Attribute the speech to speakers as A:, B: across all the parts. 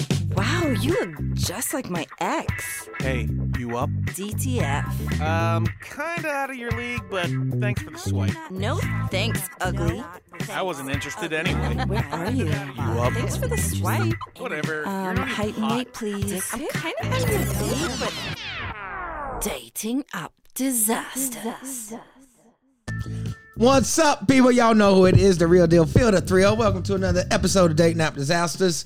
A: Ew, you look just like my ex.
B: Hey, you up?
A: DTF.
B: Um, kinda out of your league, but thanks for the swipe.
A: No thanks, ugly.
B: I wasn't interested anyway.
A: Where are you?
B: up?
A: Thanks for the swipe.
B: Whatever. You're
A: Um,
B: not even
A: height and
B: hot.
A: weight, please. I'm kind of on your date, but dating up disasters.
C: What's up, people? Y'all know who it is, the real deal. Feel the thrill. Welcome to another episode of Date Nap Disasters.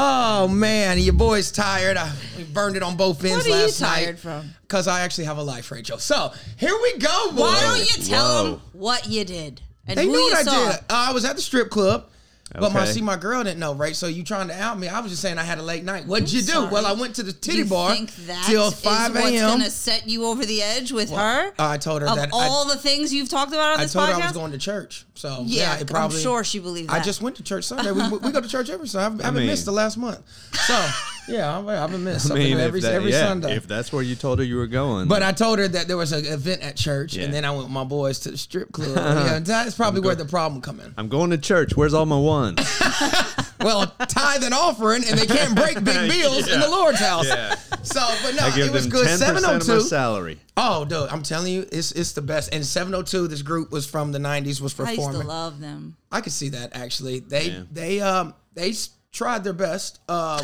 C: Oh man, your boy's tired. I we burned it on both ends
D: What are you
C: last night.
D: tired from?
C: Because I actually have a life, Rachel. So here we go. Boy.
D: Why don't you tell
E: Whoa.
D: them what you did and
C: They
D: who
C: knew
D: you
C: what
D: saw?
C: I did. Uh, I was at the strip club. But my
E: Okay.
C: see my girl didn't know, right? So you trying to out me? I was just saying I had a late night. What'd you do?
D: sorry.
C: Well, I went to the titty
D: You
C: bar
D: think that
C: till
D: is
C: five
D: what's
C: a.m.
D: gonna set you over the edge with her?
C: I told her
D: of
C: that I-
D: all the things you've talked about on
C: I
D: this
C: told
D: podcast.
C: her I was going to church. So yeah,
D: yeah,
C: it probably,
D: I'm sure she believed that.
C: I just went to church Sunday. We, we go to church every Sunday. I haven't, I haven't
E: mean-
C: missed the last month. So, yeah, I've, I've been missed
E: I
C: something
E: mean, if
C: every,
E: that-
C: every
E: yeah,
C: Sunday.
E: If that's where you told her you were going,
C: but I told her that there was an event at church,
E: Yeah.
C: and then I went with my boys to the strip club. yeah, that's probably where the problem come in.
E: I'm going to church. Where's all my ones?
C: Well, tithe and offering, and they can't break big bills in the Lord's house.
E: Yeah.
C: So, but no,
E: I give
C: it was
E: them
C: good.
E: 10% of my
C: 702.
E: salary.
C: Oh, dude, I'm telling you, it's it's the best. And 702, this group was from the 90s, was
D: I
C: performing.
D: used to love them.
C: I could see that actually. They they um they s- tried their best. Um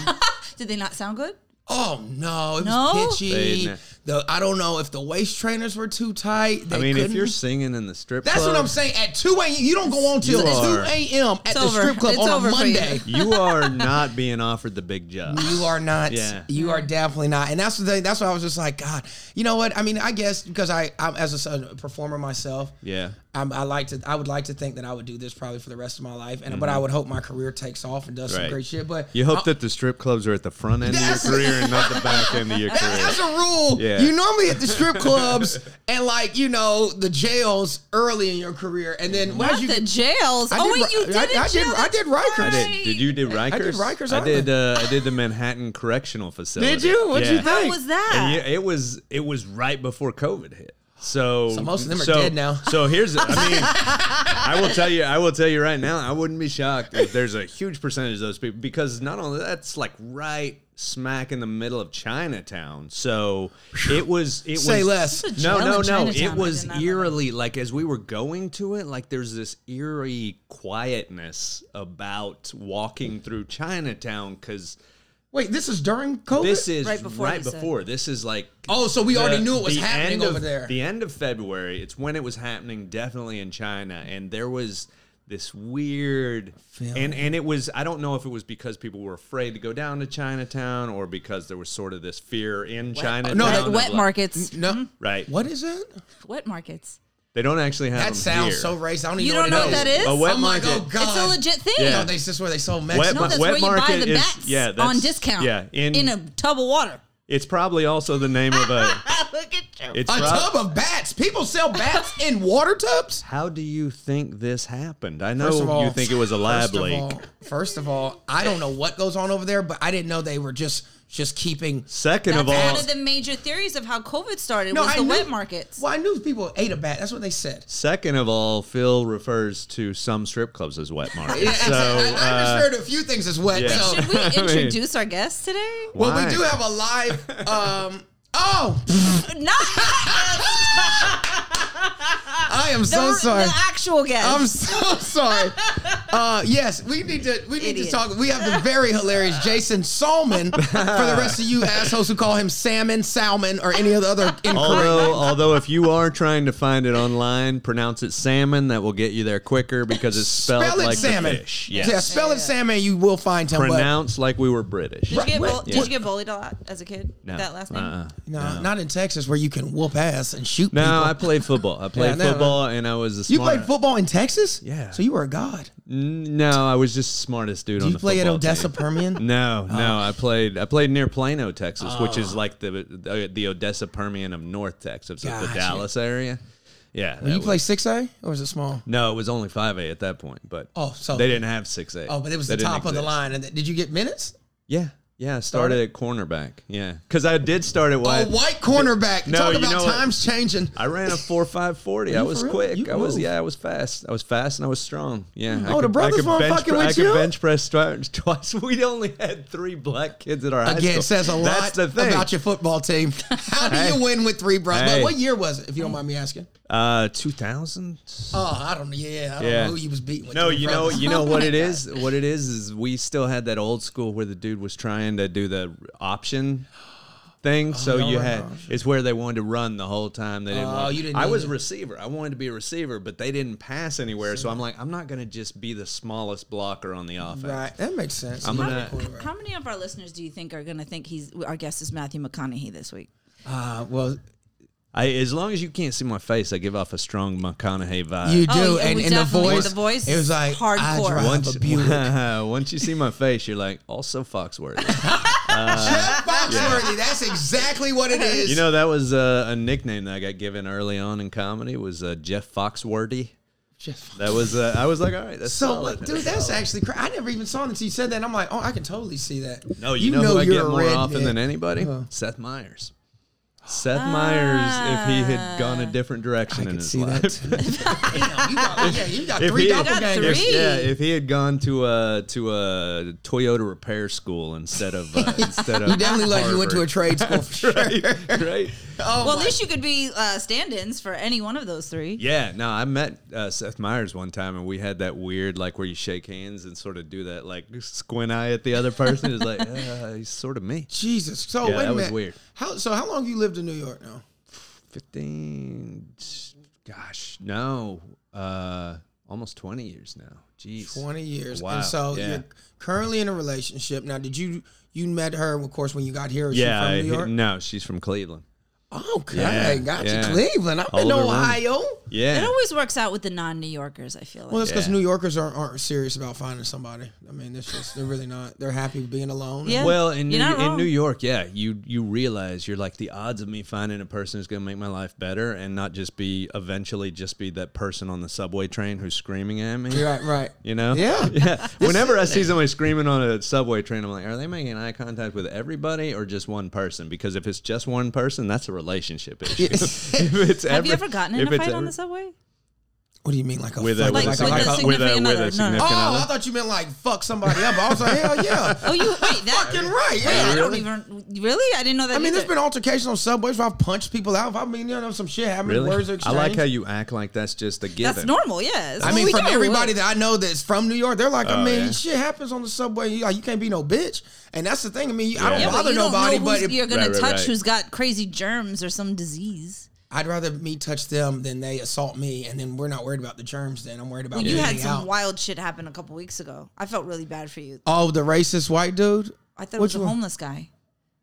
D: Did they not sound good?
C: oh no, it was
D: No?
C: pitchy.
E: They n-
C: The I don't know if the waist trainers were too tight. They
E: I mean, if
C: couldn't-
E: you're singing in the strip
C: that's
E: club,
C: what I'm saying. At two a.m., you don't go on till
E: You
C: two
E: are-
C: a.m. at
D: It's
C: the
D: over.
C: strip club
D: It's
C: on a
D: over for you.
C: Monday.
E: You are not being offered the big job.
C: You are not.
E: Yeah.
C: You are definitely not. And that's the thing. That's why I was just like, God. You know what? I mean, I guess because I, I'm as a, s- a performer myself.
E: Yeah.
C: I'm, I like to. I would like to think that I would do this probably for the rest of my life. And but I would hope my career takes off and does some
E: Right.
C: great shit. But
E: You hope
C: I-
E: that the strip clubs are at the front end of your
C: That's-
E: career and not the back end of your
C: That-
E: career.
C: That's a rule.
E: Yeah.
C: You normally hit the strip clubs and like you know the jails early in your career, and then
D: Not
C: as you
D: the jails.
C: I
D: oh
C: did
D: wait, you
C: ri- I-
D: did it.
C: I did-
D: jail.
C: I did
D: That's
C: Rikers.
E: I
D: right.
E: did. Did you do Rikers?
C: I did Rikers
E: I did.
C: Island.
E: Uh, I did the Manhattan Correctional Facility.
C: Did you? What'd you
E: Yeah.
C: think?
D: How was that?
E: And yeah, it was it was right before COVID hit. So,
C: So most of them are dead now.
E: So here's, I mean, I will tell you, I will tell you right now, I wouldn't be shocked if there's a huge percentage of those people because not only that's like right smack in the middle of Chinatown. So it was, it
C: Say
E: was
C: less. It's
D: jail
E: No, no,
D: in
E: no.
D: Chinatown.
E: It
D: I
E: was
D: did not know that.
E: eerily like as we were going to it, like there's this eerie quietness about walking through Chinatown because.
C: wait, this is during COVID.
E: This is
D: Oh, Right
E: right
D: before
E: before.
D: you said.
E: This is like.
C: Oh, so we already
E: the-
C: knew it was
E: the
C: happening
E: end
C: over
E: of-
C: there.
E: The end of February. It's when it was happening, definitely in China, and there was this weird and and it was I don't know if it was because people were afraid to go down to Chinatown or because there was sort of this fear in Chinatown.
C: no,
E: of
D: Wet, wet
E: like-
D: markets.
C: no.
E: Right.
C: What is it?
D: Wet markets.
E: They don't actually have
C: That
E: them
C: sounds
E: here.
C: so racist. I don't even
D: You
C: know
D: don't
C: what
D: know
C: it
D: what that is?
E: A wet
C: I'm like,
E: market.
C: oh god,
D: It's a legit thing.
E: Yeah.
C: No, they, this is where they sold
E: Wet,
C: Mexican.
D: No, that's
E: ma- wet
D: where you buy
E: market
D: the
E: is
D: bats
E: yeah,
D: on
E: that's-
D: discount.
E: Yeah, in,
D: in a tub of water.
E: it's probably also the name of a.
D: Look at you.
E: It's
C: a
E: prob-
C: tub of bats. People sell bats in water tubs.
E: How do you think this happened? I know
C: First of all,
E: you think it was a lab
C: first of
E: leak.
C: all- first of all, I don't know what goes on over there, but I didn't know they were just just keeping
E: Second of
D: That's
E: all,
D: one of the major theories of how COVID started was the
C: knew-
D: wet markets.
C: Well, I knew people ate a bat. That's what they said.
E: second of all, Phil refers to some strip clubs as wet markets. so
C: I, I
E: uh,
C: just heard a few things as wet.
E: yeah.
C: So,
D: Should we introduce our guest today?
C: well,
E: Why?
C: we do have a live. Um, oh,
D: Not
C: I am
D: the,
C: so sorry.
D: the actual guest.
C: I'm so sorry. Uh, yes, we need to we need to
D: Idiot.
C: talk. We have the very hilarious Jason Salmon for the rest of you assholes who call him Salmon, Salmon, or any of the other
E: Oh,
C: incorrect.
E: although, although if you are trying to find it online, pronounce it salmon. That will get you there quicker because it's spelled
C: Spell it
E: like
C: salmon.
E: the fish. Yes.
C: Yeah, spell it salmon. You will find him. but-
E: Pronounce like we were British.
D: did, you get
C: Right,
D: bull-
C: yeah.
D: did you get bullied a lot as a kid?
E: No.
D: That last name?
E: Uh-uh.
C: No, not in Texas where you can whoop ass and shoot people.
E: No, I played football. I played
C: no, no.
E: football, and I was the
C: you
E: smart-
C: played football in Texas?
E: Yeah.
C: So you were a god.
E: N- No, I was just the smartest dude
C: Do
E: on
C: you
E: the
C: play at
E: football
C: Odessa Oh.
E: team.
C: Permian?
E: No, no, I played. I played near Plano, Texas, which
C: Ah.
E: is like the, the the Odessa Permian of North Texas, like
C: Gotcha.
E: the Dallas area. Yeah,
C: When
E: that
C: you play
E: was-
C: six A or was it small?
E: No, it was only five A at that point, but
C: Oh, so-
E: they didn't have six A.
C: Oh, but it was the top of the line. And th- did you get minutes?
E: Yeah, Yeah, started at cornerback. Yeah, because I did start at
C: A
E: wide.
C: Oh, white cornerback.
E: No,
C: Talk
E: you
C: about
E: know what?
C: times changing.
E: I ran a four five forty. I
C: You
E: was
C: for real?
E: quick.
C: You
E: I was
C: move.
E: yeah. I was fast. I was fast and I was strong. Yeah. I
C: Oh, the brothers weren't
E: bench,
C: fucking
E: pre-
C: with
E: I could
C: you?
E: bench press twi- twice. We only had three black kids at our high
C: Again,
E: school.
C: it says a lot
E: That's the thing.
C: about your football team. How do
E: Hey.
C: you win with three brothers?
E: Hey.
C: What year was it, if you don't mind me asking?
E: Uh, two thousand.
C: Oh, I don't know. Yeah, I don't
E: Yeah.
C: know who you was beating with.
E: No,
C: three
E: you know,
C: brothers.
E: you know what it is. What it is is we still had that old school where the dude was trying to do the option thing. so
C: y'all
E: you
C: ran
E: had it's where they wanted to run the whole time. They didn't.
C: Oh,
E: want,
C: you didn't
E: I
C: need
E: was
C: it.
E: a receiver. I wanted to be a receiver, but they didn't pass anywhere. So I'm like, I'm not gonna just be the smallest blocker on the offense.
C: Right, that makes sense.
E: I'm
C: You're
E: gonna-
C: a quarterback.
D: How many of our listeners do you think are going to think he's our guest is Matthew McConaughey this week?
C: Uh, well,
E: I, as long as you can't see my face, I give off a strong McConaughey vibe.
C: you do,
D: Oh, yeah,
C: and,
D: we
C: and the
D: definitely-
C: voice,
D: the voice
C: it was like I
D: hardcore.
C: drive
E: once,
C: a Buick.
E: once you see my face, you're like, also Foxworthy.
C: Jeff Foxworthy, that's exactly what it is.
E: You know, that was uh, a nickname that I got given early on in comedy was uh, Jeff Foxworthy.
C: Jeff
E: That was uh, I was like, all right, that's
C: So,
E: solid.
C: dude, that's actually cra I never even saw it until you said that. And I'm like, oh, I can totally see that.
E: no, you, know, who I get
C: a
E: more
C: redneck.
E: often than anybody?
C: Uh-huh.
E: Seth Meyers. Seth Meyers, if he had gone a different direction
C: I can
E: in his
C: see that.
E: life.
C: too. Damn, you got, yeah, you got
E: If
C: three
E: he-
C: doppelgangers.
E: If-
D: Three.
E: yeah, if he had gone to a to a Toyota repair school instead of uh, instead of
C: You definitely like you went to a trade school for sure.
E: right, right.
C: Oh,
D: Well,
C: my-
D: at least you could be uh, stand-ins for any one of those three.
E: Yeah, no, I met uh, Seth Meyers one time, and we had that weird, like, where you shake hands and sort of do that, like, squint eye at the other person. It's like, uh, he's sort of me.
C: Jesus. So wait
E: Yeah,
C: a
E: that was
C: minute.
E: weird.
C: How so? How long have you lived in New York now?
E: 15, gosh, no, uh, almost 20 years now. Jeez.
C: Twenty years.
E: Wow,
C: And so
E: yeah.
C: you're currently in a relationship now. Did you you met her of course when you got here? Is she
E: Yeah,
C: from
E: I-
C: New York.
E: no, she's from Cleveland.
C: Okay,
E: Yeah,
C: got
E: yeah.
C: you. Cleveland. I'm in
E: Older woman.
C: Ohio.
E: Yeah.
D: It always works out with the non-New Yorkers. I feel like.
C: Well, that's because
E: Yeah.
C: New Yorkers aren't, aren't serious about finding somebody. I mean, it's just they're really not. They're happy with being alone.
D: Yeah.
E: Well, in New,
D: You're not
E: in
D: wrong.
E: New York, yeah, you you realize you're like the odds of me finding a person who's going to make my life better and not just be eventually just be that person on the subway train who's screaming at me.
C: Right. Right.
E: You know?
C: Yeah.
E: Yeah. Whenever I see somebody screaming on a subway train, I'm like, are they making eye contact with everybody or just one person? Because if it's just one person, that's a relationship issue. if it's
D: have you ever gotten in a fight on the subway?
C: What do you mean, like a
E: With a,
C: fuck-
D: Like,
E: with, a,
D: with
E: significant-
D: the
E: with a,
D: significant other?
E: with
D: No, no.
E: a significant
C: Oh, I
E: other?
C: thought you meant like fuck somebody up. I was like, hell yeah.
D: Oh, you wait. That
C: Fucking right.
D: Wait,
C: Yeah.
D: I don't even really. I didn't know that.
C: I mean, there's
D: either.
C: been altercations on subways where I've punched people out. I mean, you know, some shit happened.
E: Really?
C: Words are
E: I
C: exchanged.
E: like how you act like that's just a given.
D: that's normal. Yeah.
C: I mean, from everybody that I know that's from New York, they're like, I
E: Oh,
C: mean,
E: yeah.
C: shit happens on the subway. You, like, you can't be no bitch, and that's the thing. I mean, you, I don't
D: yeah,
E: Yeah, but
C: bother
D: you don't
C: nobody,
D: know
C: but
D: who's
C: if-
D: you're gonna
E: Right, right,
D: touch
E: right.
D: who's got crazy germs or some disease.
C: I'd rather me touch them than they assault me, and then we're not worried about the germs. Then I'm worried about
D: You had
C: getting
D: some
C: out.
D: wild shit happen a couple weeks ago. I felt really bad for you.
C: oh, the racist white dude.
D: I thought it
C: Which
D: was a
C: one?
D: homeless guy. It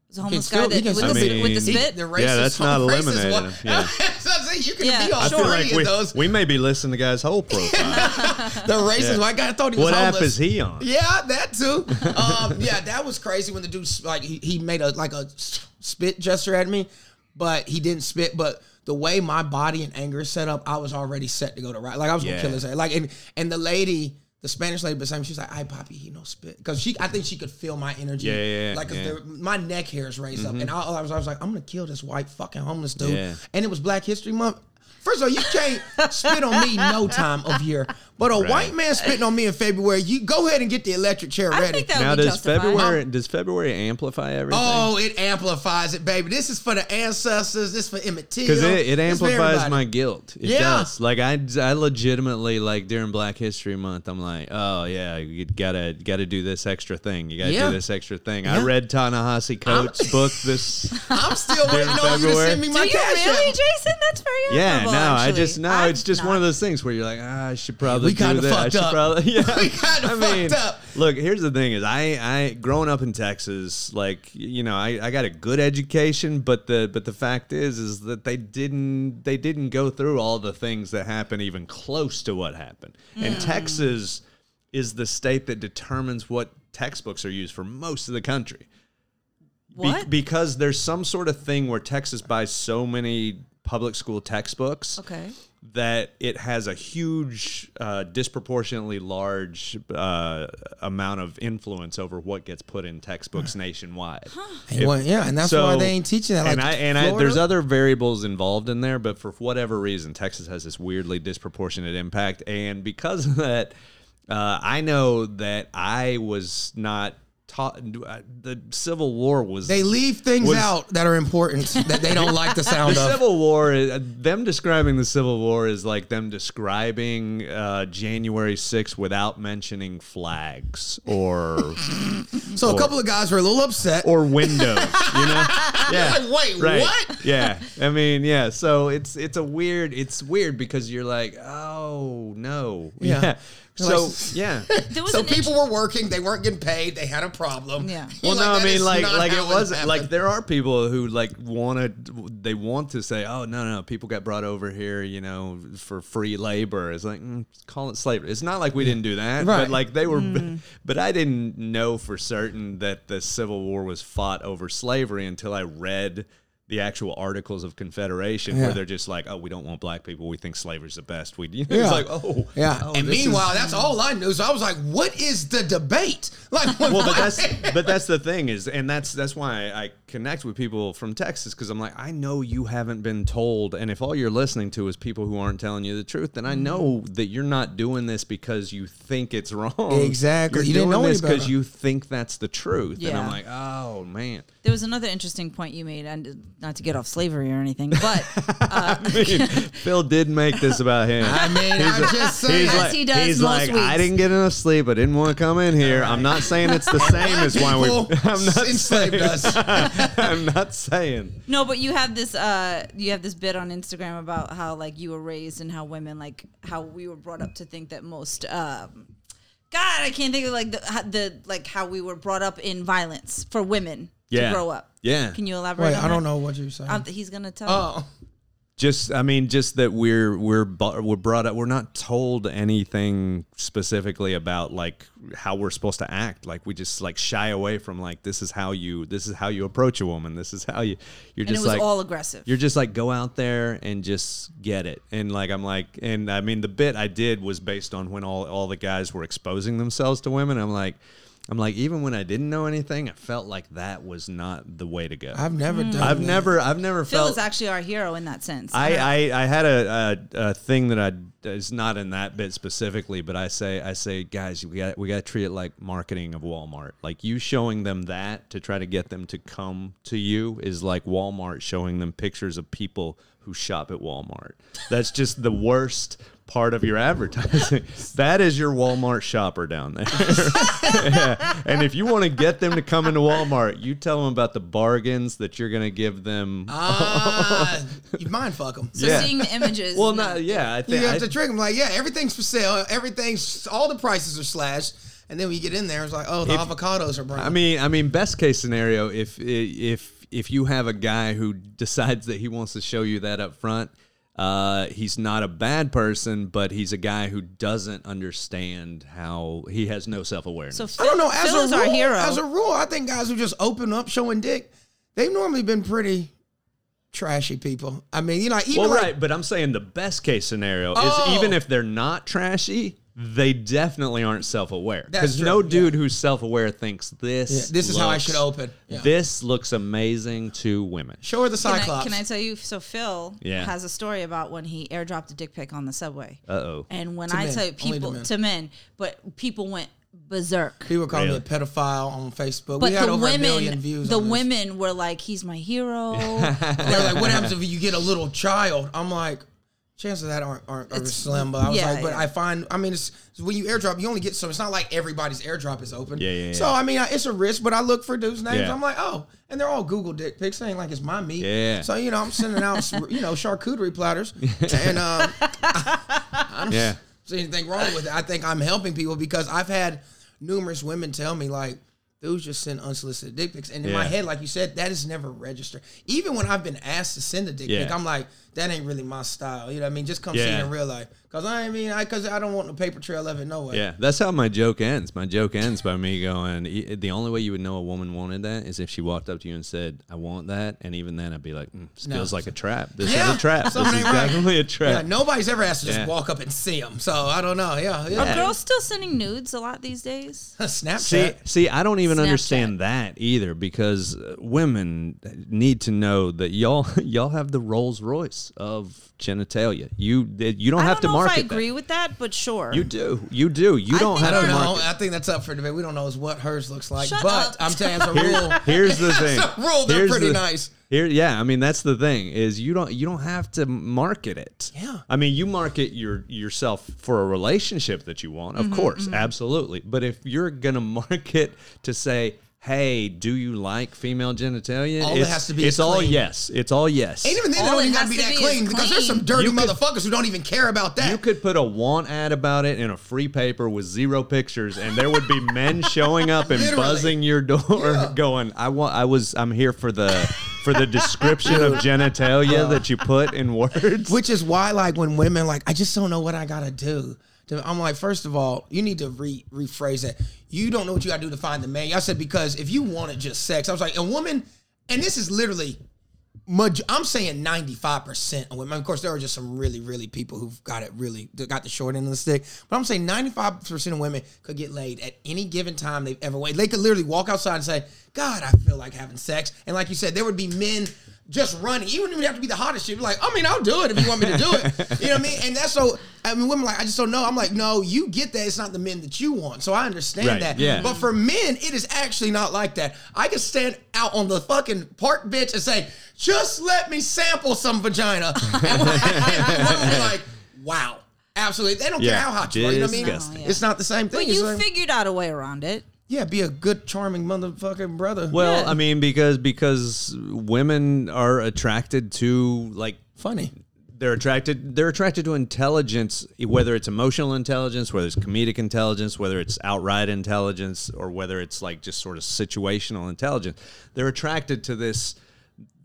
D: was a homeless
C: still-
D: guy
C: he
D: that
C: can
D: with,
C: still
D: the,
E: be-
D: with the
E: He-
D: spit.
C: The racist,
E: Yeah, that's not
C: the racist
E: eliminating
C: white-
E: them. Yeah.
C: So I'm saying you can
D: Yeah.
C: be on
D: I
E: I feel
C: sure
E: like
C: any of
E: we,
C: those.
E: we may be listing the guy's whole profile.
C: the racist
E: Yeah.
C: white guy thought he was
E: what
C: homeless.
E: app is he on?
C: Yeah, that too. Um, yeah, that was crazy when the dude like he, he made a like a s- spit gesture at me, but he didn't spit. But the way my body and anger is set up, I was already set to go to right. Like I was
E: Yeah.
C: gonna kill his ass. Like and and the lady. The Spanish lady beside me, she's like, "I, Poppy, he no spit," because she, I think she could feel my energy.
E: Yeah, yeah, yeah,
C: Like 'cause
E: yeah. Mm-hmm.
C: there- my neck hair is raised up, and I, I was, I was like, "I'm gonna kill this white fucking homeless dude."
E: Yeah.
C: And it was Black History Month. First of all, you can't spit on me no time of year, but a
E: Right.
C: white man spitting on me in February, you go ahead and get the electric chair
D: I
C: ready.
D: think that
E: Now
D: would be
E: does
D: justified.
E: February does February amplify everything?
C: Oh, it amplifies it, baby. This is for the ancestors. This for Emmett Till.
E: because it, it
C: This for
E: amplifies
C: everybody.
E: my guilt. It
C: Yeah.
E: does. Like I, I legitimately like during Black History Month, I'm like, oh yeah, you gotta gotta do this extra thing. You gotta
C: Yeah.
E: do this extra thing. I
C: Yeah.
E: read Ta-Nehisi Coates' book. This,
C: I'm still waiting on you to
E: February.
C: send me
D: Do
C: my
D: you
C: cash app.
D: really, Jason? That's very
E: yeah,
D: admirable,
E: no, I
D: actually.
E: just no,
D: I'm
E: it's just
D: not.
E: one of those things where you're like, ah, I should probably
C: We kinda
E: do that. I
C: fucked
E: should
C: up.
E: probably, yeah.
C: We kinda
E: I mean,
C: fucked up.
E: Look, here's the thing: is I, I growing up in Texas, like you know, I, I got a good education, but the but the fact is, is that they didn't they didn't go through all the things that happened even close to what happened.
C: Hmm.
E: And Texas is the state that determines what textbooks are used for most of the country. Be-
D: What?
E: because there's some sort of thing where Texas buys so many public school textbooks
D: okay.
E: that it has a huge, uh, disproportionately large uh, amount of influence over what gets put in textbooks nationwide.
C: And why- yeah, and that's why
E: So-
C: they ain't teaching that. Like
E: and I, and I,
C: Florida-
E: there's other variables involved in there, but for whatever reason, Texas has this weirdly disproportionate impact. And because of that, uh, I know that I was not taught. uh, The Civil War was
C: they leave things
E: was-
C: out that are important that they don't like the sound
E: the
C: of.
E: Civil War, is- them describing the Civil War is like them describing uh, January 6th without mentioning flags or
C: so a couple of guys were a little upset.
E: or windows. You know, yeah.
C: Like, wait, what?
E: Yeah, I mean, yeah. So it's it's a weird. It's weird because you're like, oh no,
C: Yeah.
E: So
C: Like-
E: yeah.
D: There was
C: so
D: an
C: people were working, they weren't getting paid, they had a problem.
D: Yeah.
E: Well, no,
C: that
E: I
C: is
E: mean, like,
C: not
E: like
C: how
E: it wasn't. Like,
C: happened.
E: there are people who like want to, they want to say, oh no, no, people got brought over here, you know, for free labor. It's like mm, call it slavery. It's not like we didn't do that,
C: Right. Mm.
E: but like they were. But I didn't know for certain that the Civil War was fought over slavery until I read. The actual Articles of Confederation,
C: Yeah.
E: where they're just like, "Oh, we don't want black people. We think slavery's the best." We, it's
C: Yeah.
E: like, "Oh,
C: Yeah.
E: oh,
C: and
E: this is-
C: meanwhile, that's all I knew. So I was like, what is the debate? Like,
E: well, but that's but that's the thing is, and that's that's why I connect with people from Texas because I'm like, I know you haven't been told, and if all you're listening to is people who aren't telling you the truth, then I
C: Mm-hmm.
E: know that you're not doing this because you think it's wrong.
C: Exactly.
E: you're
C: You didn't
E: doing
C: know any
E: this because
C: better.
E: you think that's the truth, and I'm
D: Yeah.
E: like, oh man,
D: There was another interesting point you made, and not to get off slavery or anything, but
E: Phil did make this about him.
C: I mean, Uh, I'm just saying.
E: He's
D: As
E: like,
D: he does
E: he's
D: most
E: like I
D: weeks.
E: didn't get enough sleep. I didn't want to come in here. I'm not saying it's the same as why we.
C: People
E: I'm not
C: enslaved
E: saying.
C: us.
E: I'm not saying.
D: no, but you have this, uh, you have this bit on Instagram about how like you were raised and how women like how we were brought up to think that most. Um, God, I can't think of like the, how- the like how we were brought up in violence for women
E: Yeah.
D: to grow up.
E: Yeah.
D: can you elaborate?
C: Wait,
D: on
C: I don't
D: that?
C: know what you're saying.
D: Um, he's gonna tell.
C: oh,
E: Just, I mean, just that we're we're bu- we're brought up. We're not told anything specifically about like how we're supposed to act. Like we just like shy away from like this is how you this is how you approach a woman. This is how you you're
D: and it
E: just
D: was
E: like
D: all aggressive.
E: you're just like go out there and just get it. And like I'm like, and I mean, the bit I did was based on when all all the guys were exposing themselves to women. I'm like. I'm like, even when I didn't know anything, I felt like that was not the way to go. I've,
C: I've never done that.
E: never, I've never
D: Phil
E: felt
D: is actually our hero in that sense.
E: I, I, I had a, a, a thing that I it's not in that bit specifically, but I say I say guys, we got we got to treat it like marketing of Walmart. Like you showing them that to try to get them to come to you is like Walmart showing them pictures of people who shop at Walmart. That's just the worst part of your advertising. that is your Walmart shopper down there. Yeah. And if you want to get them to come into Walmart, you tell them about the bargains that you're going to give them
C: Ah, you mind fuck them.
D: so
E: yeah.
D: seeing the images.
E: well,
D: and the-
E: not yeah. I
C: You
E: think
C: have
E: I-
C: to trick them. Like, yeah, everything's for sale. Everything's all the prices are slashed, and then when you get in there, it's like, oh, the avocados are brown.
E: I mean, I mean, best case scenario, if if if you have a guy who decides that he wants to show you that up front, uh, he's not a bad person, but he's a guy who doesn't understand how he has no self awareness.
D: So
C: I don't know. As
D: Phil is
C: a rule,
D: our hero.
C: as a rule, I think guys who just open up showing dick, they've normally been pretty trashy people. I mean, you know, like, even
E: well,
C: like,
E: right, but I'm saying the best case scenario
C: Oh.
E: is even if they're not trashy. They definitely aren't self-aware
C: That's
E: because no
C: true,
E: dude who's self-aware thinks this.
C: Yeah, this is how I
E: looks-
C: should open. Yeah.
E: This looks amazing to women.
C: show her the
D: Can I-
C: cyclops.
D: Can I, tell you? So Phil
E: Yeah.
D: has a story about when he airdropped a dick pic on the subway.
E: Uh oh.
D: and when
C: To
D: I
C: men.
D: tell you,
C: Only to
D: people
C: men.
D: to men, but people went berserk.
C: People call me
E: Really?
C: a pedophile on Facebook.
D: But
C: we had
D: the
C: over a million
D: women,
C: views.
D: the
C: on this.
D: women were like, "He's my hero."
C: They're like, what happens if you get a little child? I'm like, chances of that aren't, aren't are
D: It's-
C: slim. But I was
D: yeah,
C: like, but
D: yeah.
C: I find, I mean, it's, it's when you airdrop, you only get some. It's not like everybody's airdrop is open.
E: Yeah, yeah, yeah.
C: So I mean, I- it's a risk, but I look for dudes' names.
E: Yeah.
C: I'm like, oh, and they're all Google dick pics. They ain't like it's my meat.
E: Yeah.
C: So you know, I'm sending out you know charcuterie platters, and um,
E: Yeah.
C: see anything wrong with it. I think I'm helping people because I've had numerous women tell me like dudes just send unsolicited dick pics, and in my
E: Yeah.
C: head, like you said, that is never registered. Even when I've been asked to send a dick pic,
E: Yeah.
C: I'm like, that ain't really my style. You know what I mean? Just come see it
E: Yeah.
C: in real life. Cause I mean, I cause I don't want the paper trail of it. No way.
E: Yeah, that's how my joke ends. My joke ends by me going, "E- the only way you would know a woman wanted that is if she walked up to you and said, I want that. And even then, I'd be like, mm, this
C: No.
E: feels like a trap. This
C: Yeah,
E: is a trap. This
C: something
E: is
C: ain't right.
E: definitely
C: Yeah,
E: a trap.
C: nobody's ever asked to just
E: Yeah.
C: walk up and see him. So I don't know. Yeah,
D: Are
C: yeah.
D: girls still sending nudes a lot these days?
C: Snapchat.
E: See, see, I don't even
D: Snapchat.
E: understand that either because uh, women need to know that y'all y'all have the Rolls Royce of genitalia. You that you don't
D: I
E: have
D: don't
E: to
D: know if
E: market
D: I agree
E: that.
D: with that, but sure.
E: You do, you do, you
D: I
E: don't
D: think
E: have
C: I
E: to
C: don't know.
E: market.
C: I think that's up for debate. We don't know is what hers looks like,
D: Shut
C: but
D: up.
C: I'm saying as a
E: Here-
C: rule,
E: here's the thing.
C: a rule, they're
E: Here's
C: pretty
E: the-
C: nice.
E: Here, yeah, I mean that's the thing is you don't you don't have to market it.
C: Yeah.
E: I mean you market your yourself for a relationship that you want, of
C: Mm-hmm,
E: course, absolutely. But if you're gonna market to say, hey, do you like female genitalia?
C: All it
E: it's,
C: has to be
E: It's
C: is
E: all
C: clean.
E: yes. It's all yes.
C: and even then, they
D: All
C: don't
D: it
C: even got
D: has
C: to be
D: to
C: that
D: be is
C: clean because there's some
D: clean.
C: dirty
E: You could-
C: motherfuckers who don't even care about that.
E: you could put a want ad about it in a free paper with zero pictures, and there would be men showing up and
C: Literally.
E: buzzing your door,
C: Yeah.
E: going, "I want, I was, I'm here for the for the description of genitalia that you put in words."
C: Which is why, like, when women like, I just don't know what I gotta do. To- I'm like, first of all, you need to re- rephrase that. You don't know what you gotta do to find the man. I said because if you wanted just sex, I was like, a woman, and this is literally, maj- I'm saying 95 percent of women. Of course, there are just some really, really people who've got it really that got the short end of the stick. But I'm saying 95 percent of women could get laid at any given time they've ever waited. They could literally walk outside and say, "God, I feel like having sex," and like you said, there would be men just running. You wouldn't even have to be the hottest shit. You're Like, I mean, I'll do it if you want me to do it. You know what I mean? And that's so. I mean, women like, I just don't know. I'm like, no, you get that. It's not the men that you want. So I understand
E: Right,
C: that.
E: yeah.
C: But for men, it is actually not like that. I can stand out on the fucking park bench and say, just let me sample some vagina. and women be like, wow. Absolutely. They don't care
E: Yeah,
C: how hot you are. You know what I mean?
E: disgusting.
D: No, Oh, yeah.
C: It's not the same thing.
D: but
C: It's
D: you
C: like,
D: figured out a way around it.
C: yeah, be a good, charming motherfucking brother.
E: well,
D: Yeah.
E: I mean, because because women are attracted to like
C: funny.
E: they're attracted they're attracted to intelligence whether it's emotional intelligence whether it's comedic intelligence whether it's outright intelligence or whether it's like just sort of situational intelligence they're attracted to this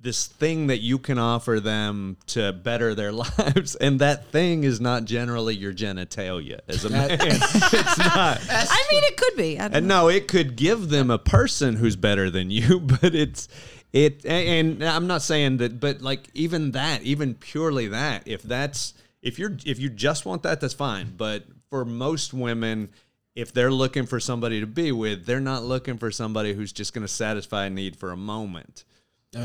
E: this thing that you can offer them to better their lives and that thing is not generally your genitalia as a man it's not
D: I mean, it could be. I don't
E: and
D: know.
E: no, it could give them a person who's better than you, but it's it. And I'm not saying that, but like even that, even purely that, if that's if you're if you just want that, that's fine. But for most women, if they're looking for somebody to be with, they're not looking for somebody who's just going to satisfy a need for a moment.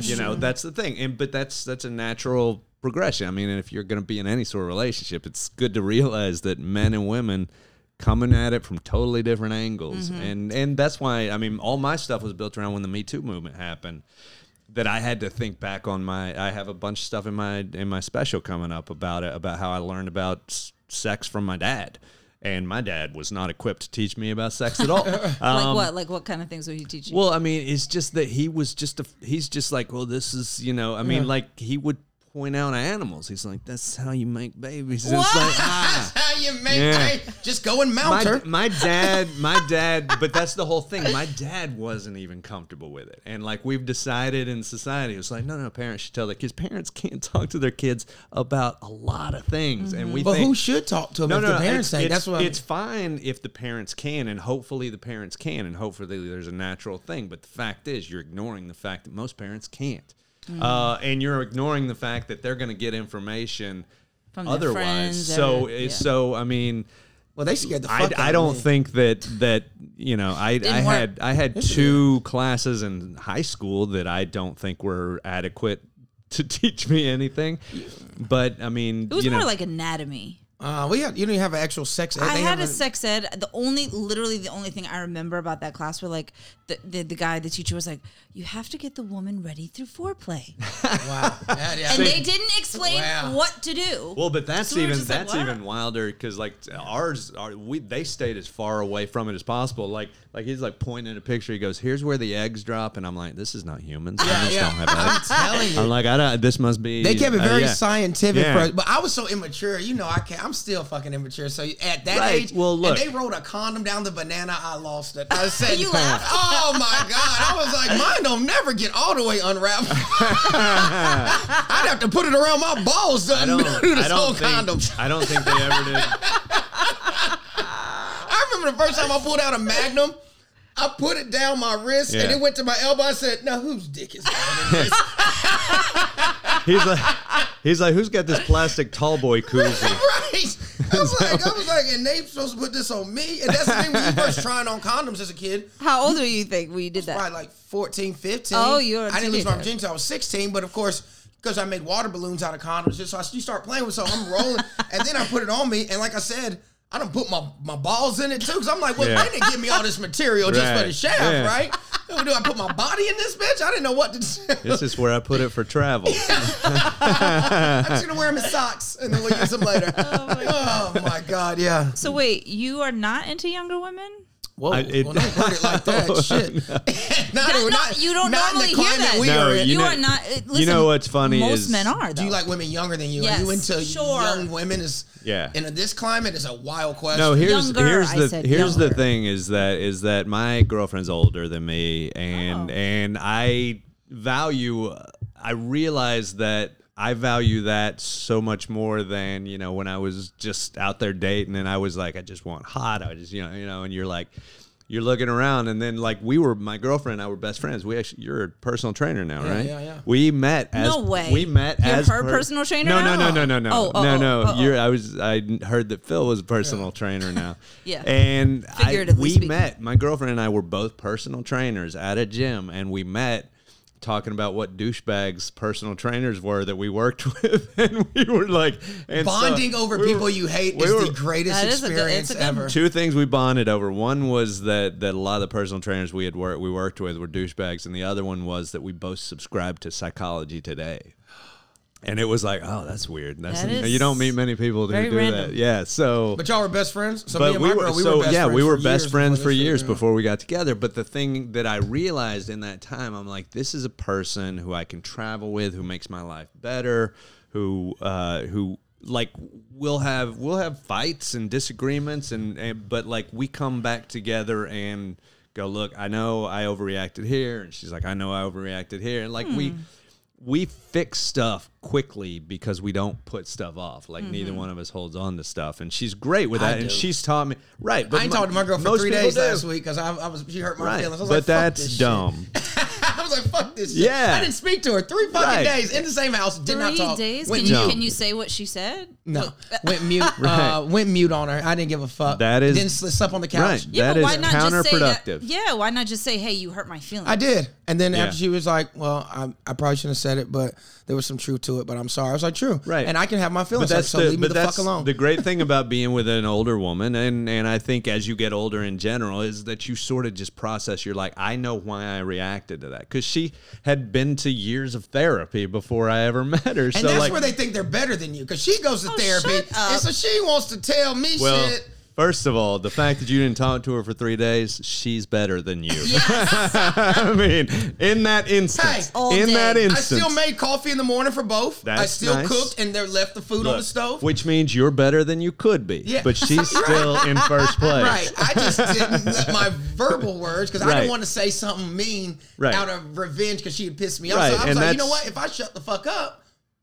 E: you know, that's the thing. And but that's that's a natural progression. I mean, and if you're going to be in any sort of relationship, it's good to realize that men and women coming at it from totally different angles. And and that's why I mean, all my stuff was built around when the Me Too movement happened. That I had to think back on my. I have a bunch of stuff in my in my special coming up about it about how I learned about s- sex from my dad, and my dad was not equipped to teach me about sex at all.
D: Like what? Like what kind of things would he teach you?
E: um, Well, I mean, it's just that he was just a he's just like, well, this is you know, I mean, like he would point out animals. He's like, that's how you make babies. And it's like, ah.
C: How you make
E: Yeah.
C: hey, Just go and mount
E: My,
C: her.
E: my dad, my dad, but that's the whole thing. My dad wasn't even comfortable with it, and like we've decided in society, it's like no, no, parents should tell their kids. Parents can't talk to their kids about a lot of things, and we.
C: But
E: think,
C: who should talk to him
E: no,
C: if
E: no,
C: the
E: no,
C: parents
E: it's,
C: say
E: it's-
C: that's what
E: it's fine if the parents can, and hopefully the parents can, and hopefully there's a natural thing. But the fact is, you're ignoring the fact that most parents can't,
C: Mm.
E: uh, and you're ignoring the fact that they're going to get information
D: From their
E: otherwise.
D: friends,
E: so,
D: every-
E: it's-
D: yeah.
E: so I mean.
C: Well, they scared the fuck out
E: I, I
C: of
E: don't
C: me.
E: think that that you know I, I
D: work.
E: had I had two classes in high school that I don't think were adequate to teach me anything, but I mean
D: it was
E: you
D: more
E: know,
D: like anatomy.
C: Uh, we had, you didn't have an actual sex. ed.
D: I
C: They
D: had a
C: have
D: sex ed. The only, literally, the only thing I remember about that class were like the, the the guy, the teacher was like, "You have to get the woman ready through foreplay,"
C: Wow. Yeah, yeah.
D: and they didn't explain
C: Wow.
D: what to do.
E: Well, but that's
D: So we were
E: even
D: just like,
E: that's
D: "What?"
E: even wilder because like ours are we they stayed as far away from it as possible. Like like he's like pointing at a picture. He goes, "Here's where the eggs drop," and I'm like, "This is not humans. Humans
C: yeah.
E: don't have eggs."
C: telling
E: I'm
C: you.
E: like, "I don't. This must be."
C: They kept it
E: uh,
C: very
E: yeah.
C: scientific
E: Yeah.
C: for us, but I was so immature. You know, I can't. I'm still fucking immature. So at that
E: Right,
C: age,
E: well, look.
C: and they rolled a condom down the banana. I lost it. I said,
D: You laughed?
C: "Oh my god!" I was like, mine don't never get all the way unwrapped. I'd have to put it around my balls to
E: I don't,
C: undo this
E: I don't
C: whole
E: think,
C: condom.
E: I don't think they ever did.
C: I remember the first time I pulled out a Magnum. I put it down my wrist and
E: Yeah.
C: it went to my elbow. I said, "Now whose dick is that?"
E: He's like, he's like, who's got this plastic tall boy koozie?
C: right? I was like, I was like, and they supposed to put this on me. And that's the thing when you first trying on condoms as a kid,
D: How old do you think when you did that?
C: probably like 14, 15.
D: Oh, you were a
C: I didn't lose my
D: teenager.
C: virginity until I was 16, but of course, because I made water balloons out of condoms, just so I, you start playing with so I'm rolling. and then I put it on me, and like I said, I don't put my, my balls in it too, because I'm like, well,
E: Yeah.
C: they didn't give me all this material just for the
E: Right.
C: shaft,
E: Yeah.
C: right? What Do I put my body in this bitch? I didn't know what to do.
E: This is where I put it for travel.
C: I'm just going to wear them as socks and then we'll use them later. Oh my God, yeah.
D: So wait, you are not into younger women?
C: Whoa,
E: I- it- Oh,
C: well, don't put it like that. Shit. not,
D: That-
C: we're
D: no,
C: not-
D: you don't
C: not in the
D: normally hear
C: climate
D: that.
C: We
E: No,
C: are in.
E: you
D: You,
E: know-
D: are not. uh, Listen,
E: you know what's funny
D: most
E: is-
D: men are. Though.
C: Do you like women younger than you? are you
D: Yes,
C: into
D: sure.
C: young women? Is
E: Yeah.
C: In this climate, is a wild question.
E: No, here's
D: Younger,
E: here's
D: I
E: the
D: said
E: here's the
D: younger.
E: thing is that is that my girlfriend's older than me, and
D: Oh.
E: and I value I realize that I value that so much more than you know when I was just out there dating and I was like I just want hot I just you know you know and you're like. You're looking around, and then like we were, my girlfriend and I were best friends. We actually, you're a personal trainer now, right?
C: yeah, yeah.
E: We met as
D: No way.
E: we met
D: You're
E: as
D: her personal trainer
E: No, no,
D: now?
E: no, no, no, no,
D: Oh, oh,
E: no,
D: oh,
E: no.
D: oh, oh.
E: You're I was I heard that Phil was a personal trainer now.
D: Yeah.
E: And I,
D: Figuratively
E: we
D: speaking.
E: met. My girlfriend and I were both personal trainers at a gym and we met talking about what douchebags personal trainers were that we worked with and we were like and so
C: Bonding over
E: we were-
C: people you hate
E: we
C: is
E: were-
C: the greatest
D: That is a good-
C: experience
D: it's a good-
C: ever.
E: Two things we bonded over. One was that that a lot of the personal trainers we had worked we worked with were douchebags, and the other one was that we both subscribed to Psychology Today. And it was like, oh, that's weird. That's
D: That
E: you don't
D: is
E: meet many people who
D: very
E: do that.
D: random.
E: Yeah. So
C: But y'all were best friends. So me
E: but
C: and
E: we
C: my
E: were,
C: girl, we
E: so
C: were best
E: yeah,
C: friends
E: we were
C: for
E: best
C: years
E: friends
C: before
E: for
C: this shit,
E: years
C: yeah.
E: before we got together. But the thing that I realized in that time, I'm like, this is a person who I can travel with, who makes my life better, who uh, who like we'll have we'll have fights and disagreements, and, and but like we come back together and go, look, I know I overreacted here, and she's like, I know I overreacted here, and like
C: Hmm.
E: we we fix stuff quickly because we don't put stuff off. Like neither one of us holds on to stuff, and she's great with that. And
C: Mm-hmm. do.
E: she's taught me right. But
C: I ain't talked to my girl for
E: most
C: three
E: people
C: days
E: do.
C: last week because I, I was she hurt my
E: Right,
C: feelings. I was
E: but
C: like, fuck
E: that's
C: this shit.
E: dumb.
C: I was like, fuck this. Shit.
E: Yeah.
C: I didn't speak to her three fucking
E: Right.
C: days in the same house. Did not
D: Three
C: talk.
D: days?
C: Went
D: Can you,
E: No.
D: can you say what she said?
C: No, went mute. uh,
E: Right.
C: went mute on her. I didn't give a fuck.
E: That is-
C: didn't slip up on the couch.
E: Right. That is counterproductive.
D: Just say that, yeah, why not just say, "Hey, you hurt my feelings"?
C: I did, and then
E: Yeah.
C: after she was like, "Well, I, I probably shouldn't have said it, but there was some truth to it." But I'm sorry. I was like, "True,
E: Right.
C: And I can have my
E: But
C: feelings. hurt,
E: that's
C: so
E: the,
C: leave me
E: but
C: the
E: that's
C: fuck alone.
E: the great thing about being with an older woman, and and I think as you get older in general, is that you sort of just process. You're like, I know why I reacted to that because she had been to years of therapy before I ever met her.
C: and
E: so
C: that's
E: like,
C: where they think they're better than you because she goes to
D: Oh,
C: therapy,
D: shut up.
C: and so she wants to tell me
E: well.
C: shit.
E: First of all, the fact that you didn't talk to her for three days, she's better than you.
D: Yes.
E: I mean, in that instance,
C: Hey,
D: All
E: in
D: day.
E: that
D: I
E: instance,
C: I still made coffee in the morning for both. I
E: That's
C: still
E: nice.
C: cooked, and they left the food on the
E: Look,
C: stove.
E: Which means you're better than you could be.
C: Yeah.
E: But she's still in first place.
C: Right. I just didn't let my verbal words because I
E: Right.
C: didn't want to say something mean
E: Right.
C: out of revenge because she had pissed me off.
E: Right,
C: So I was
E: and
C: like, you know
E: that's-
C: what? If I shut the fuck up,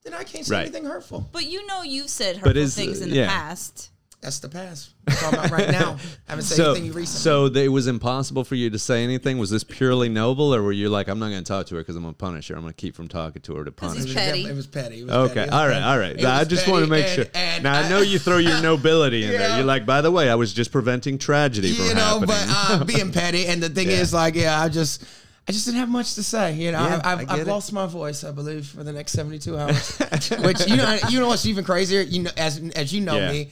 C: then I can't say
E: Right.
C: anything hurtful.
D: but you know, you've said hurtful
E: But is-
D: things in the
E: yeah.
D: past.
C: That's the past. I'm talking about right now. I haven't said
E: So,
C: anything recently.
E: so that it was impossible for you to say anything. Was this purely noble, or were you like, I'm not going to talk to her because I'm going to punish her. I'm going to keep from talking to her to
C: it,
E: punish.
D: he's
E: her.
C: was
D: petty.
C: It was petty. It was petty.
E: Okay.
C: It was
E: All right.
C: petty.
E: All right.
C: It
E: I
C: was
E: just want to
C: petty,
E: make
C: and-
E: sure.
C: and
E: now I, know you throw your nobility in there.
C: Yeah.
E: You're like, by the way, I was just preventing tragedy from
C: you know,
E: happening.
C: but uh, being petty. And the thing
E: Yeah.
C: is, like, yeah, I just. I just didn't have much to say, you know.
E: Yeah,
C: I, I've,
E: I get
C: I've
E: it.
C: lost my voice, I believe, for the next seventy-two hours. Which you know, you know what's even crazier? You know, as as you know
E: Yeah.
C: me,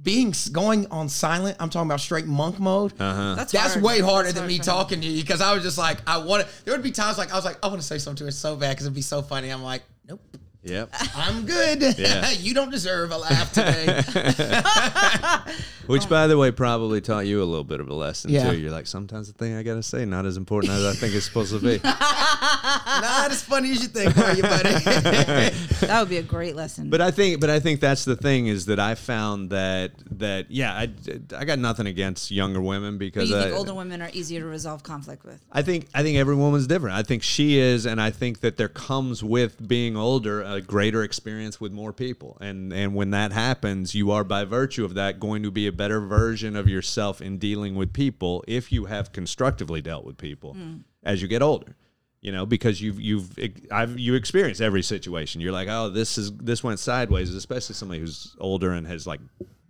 C: being s- going on silent. I'm talking about straight monk mode.
E: Uh-huh.
D: That's,
C: That's
D: hard.
C: way harder
D: That's
C: than
D: hard
C: me
D: for him.
C: talking to you because I was just like, I want to. There would be times like I was like, I want to say something to her so bad because it'd be so funny. I'm like, nope,
E: yep.
C: I'm good.
E: Yeah.
C: you don't deserve a laugh today.
E: Which, by the way, probably taught you a little bit of a lesson
C: Yeah.
E: too. You're like, sometimes the thing I got to say not as important as I think it's supposed to be.
C: Not as funny as you think, are you, buddy?
D: That would be a great lesson.
E: But I think, but I think that's the thing is that I found that that yeah, I, I got nothing against younger women
D: But
E: because
D: you think
E: I,
D: older women are easier to resolve conflict with?
E: I think I think every woman's different. I think she is, and I think that there comes with being older a greater experience with more people, and and when that happens, you are by virtue of that going to be a better version of yourself in dealing with people if you have constructively dealt with people
D: Mm.
E: as you get older. You know, because you've you've I've you experience every situation. You're like, oh, this is this went sideways, especially somebody who's older and has like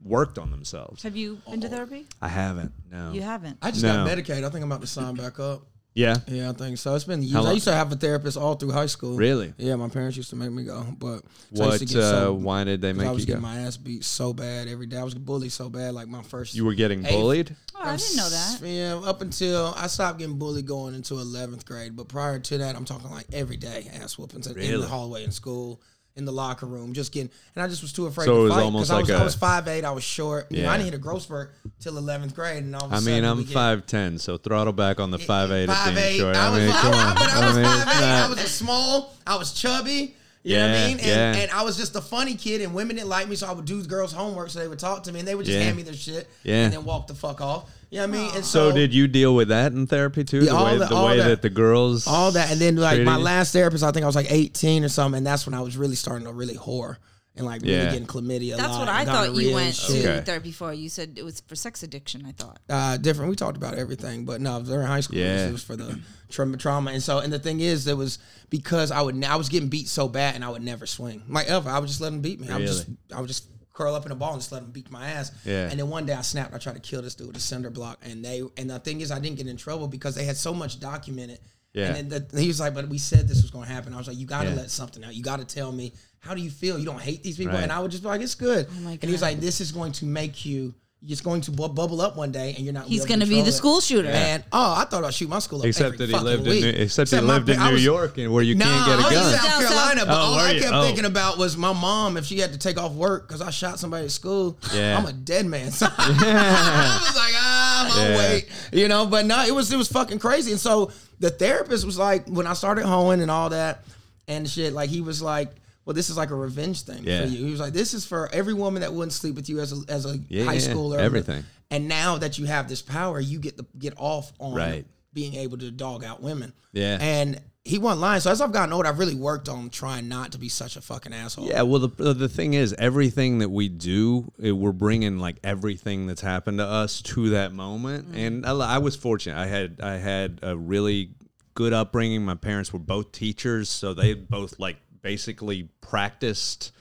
E: worked on themselves.
D: Have you been to therapy?
E: I haven't. Oh, No.
D: You haven't.
C: I just got
E: No.
C: medicated. I think I'm about to sign back up.
E: Yeah.
C: Yeah, I think so. It's been years.
E: How
C: I
E: long-
C: used to have a therapist all through high school.
E: Really?
C: Yeah, my parents used to make me go. But so I used to get
E: What? Uh,
C: so-
E: why did they
C: 'cause
E: make
C: I was
E: you go?
C: getting my ass beat so bad every day. I was bullied so bad. Like my first.
E: You were getting
C: Hey,
E: bullied?
D: Oh, I didn't know that.
C: Yeah, up until I stopped getting bullied going into 11th grade. But prior to that, I'm talking like every day ass whoopings in- in
E: Really?
C: the hallway in school, in the locker room, just getting. And I just was too afraid
E: So
C: to
E: it was
C: fight
E: almost
C: I
E: like
C: was
E: a-
C: I was five eight. I was short. You know, I
E: Yeah.
C: didn't hit a growth spurt till 11th grade, and all of a
E: I
C: sudden
E: mean, I'm
C: we get-
E: five ten, so throttle back on the five eight.
C: five eight.
E: Short.
C: I, was,
E: mean,
C: I,
E: come on.
C: but I was
E: I mean,
C: five
E: it's
C: eight. I
E: not-
C: was a small. I was chubby. You know what I
E: Yeah,
C: mean? And,
E: yeah.
C: and I was just a funny kid, and women didn't like me, so I would do girls' homework, so they would talk to me, and they would just
E: Yeah.
C: hand me their shit,
E: Yeah.
C: and then walk the fuck off. You know what I mean? And
E: so did you deal with that in therapy too?
C: oh. Yeah,
E: the
C: all
E: way,
C: that-
E: the
C: all
E: way
C: that.
E: that, the girls,
C: all that, and then like my
E: Pretty-
C: last therapist, I think I was like 18 or something, and that's when I was really starting to really whore and like really
E: Yeah.
C: getting chlamydia. a
D: That's
C: lot
D: what
C: and
D: I thought
C: gonorrhea
D: you
C: and
D: went
C: shit.
D: to
E: Okay.
D: therapy for. You said it was for sex addiction. I thought.
C: uh, different. We talked about everything, but no, during high school, it, was,
E: Yeah.
C: it was for the trauma, trauma. And so, and the thing is, it was because I would, I was getting beat so bad, and I would never swing, like ever. I would just let them beat me. I would just,
E: Really?
C: I would just curl up in a ball and just let them beat my ass.
E: Yeah.
C: And then one day I snapped. I tried to kill this dude with a cinder block, and they, and the thing is, I didn't get in trouble because they had so much documented.
E: Yeah.
C: And then the, he was like, "But we said this was going to happen." I was like, "You got to
E: Yeah.
C: let something out. You got to tell me how do you feel. You don't hate these people."
E: Right.
C: And I would just be like, "It's good."
D: Oh my
C: and he was
D: God.
C: like, "This is going to make you." It's going to bu- bubble up one day, and you're not.
D: He's
C: going to
D: be the
C: control it.
D: school shooter.
C: Man, oh, I thought I'd shoot my school up.
E: except
C: every
E: that he
C: fucking
E: lived
C: week.
E: in New, except, he
C: my
E: lived in
C: pa- I
E: New
C: was-
E: York and where you
C: Nah, oh,
E: can't get
C: I
E: a
C: was in
E: gun.
C: South
D: Down south.
C: Carolina, but
E: Oh,
C: all
E: were
C: I
E: you?
C: kept
E: Oh.
C: thinking about was my mom if she had to take off work because I shot somebody at school.
E: Yeah.
C: I'm a dead man. So I was like, ah, I'm gonna
E: Yeah.
C: wait, you know. But no, it was it was fucking crazy. And so the therapist was like, when I started hoeing and all that and shit, like he was like. Well, this is like a revenge thing
E: Yeah.
C: for you. He was like, "This is for every woman that wouldn't sleep with you as a as a
E: Yeah,
C: high
E: yeah,
C: schooler."
E: everything.
C: And now that you have this power, you get the get off on
E: Right.
C: being able to dog out women.
E: Yeah.
C: And he wasn't lying. So as I've gotten older, I've really worked on trying not to be such a fucking asshole.
E: Yeah, well, the the thing is, everything that we do, eh, we're bringing like everything that's happened to us to that moment.
D: Mm.
E: And I, I was fortunate; I had I had a really good upbringing. My parents were both teachers, so they both like basically practiced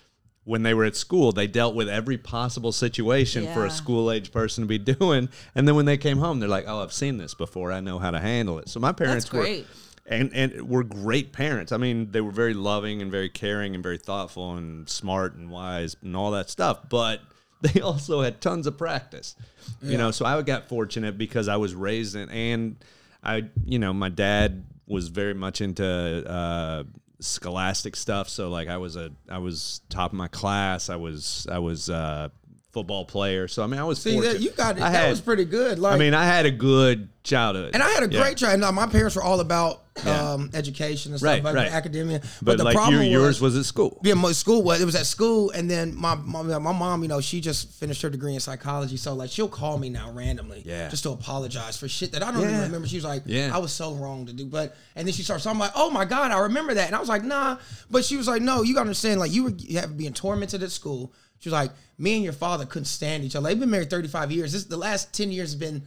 E: when they were at school. They dealt with every possible situation for
D: Yeah.
E: a school age person to be doing. And then when they came home, they're like, "Oh, I've seen this before. I know how to handle it." So my parents were
D: great.
E: and and were great parents. I mean, they were very loving and very caring and very thoughtful and smart and wise and all that stuff. But they also had tons of practice, you know. So I got fortunate because I was raised in, and I, you know, my dad was very much into uh, scholastic stuff. So like, I was a, I was top of my class. I was, I was. Uh, Football player, so I mean, I was.
C: See,
E: fortunate.
C: that, you got it.
E: I
C: that was pretty good. Like,
E: I mean, I had a good childhood,
C: and I had a
E: Yeah.
C: great try. Now my parents were all about
E: Yeah.
C: um, education and stuff,
E: Right,
C: about
E: right.
C: academia. But,
E: But,
C: the
E: like
C: problem
E: your,
C: was,
E: yours was at school.
C: yeah, my school was it was at school, and then my, my my mom, you know, she just finished her degree in psychology, so like she'll call me now randomly,
E: Yeah.
C: just to apologize for shit that I don't even
E: Yeah.
C: remember. She was like,
E: Yeah.
C: I was so wrong to do, but and then she starts, I'm like, oh my god, I remember that, and I was like, nah, but she was like, no, you gotta understand, like you were you have being tormented at school. She was like, me and your father couldn't stand each other. They've been married 35 years. This the last 10 years has been.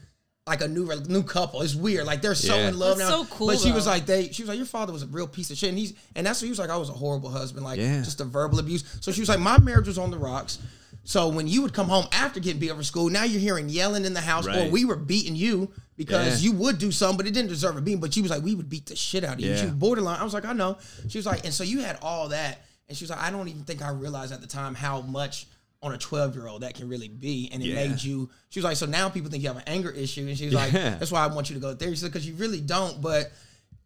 C: Like a new new couple, it's weird. Like they're so
E: Yeah.
C: in love
D: That's
C: now.
D: so cool,
C: But she was
D: though.
C: like, they. She was like, your father was a real piece of shit, and he's and that's what he was like. I was a horrible husband. Like
E: Yeah.
C: just the verbal abuse. So she was like, my marriage was on the rocks. So when you would come home after getting beat over school, now you're hearing yelling in the house, or
E: Right.
C: we were beating you because
E: Yeah.
C: you would do something, but it didn't deserve a beating. But she was like, we would beat the shit out of you.
E: Yeah.
C: She was borderline. I was like, I know. She was like, and so you had all that, and she was like, I don't even think I realized at the time how much on a 12 year old that can really be, and it
E: Yeah.
C: made you. She was like, so now people think you have an anger issue, and she was like,
E: Yeah.
C: that's why I want you to go to therapy because you really don't, but.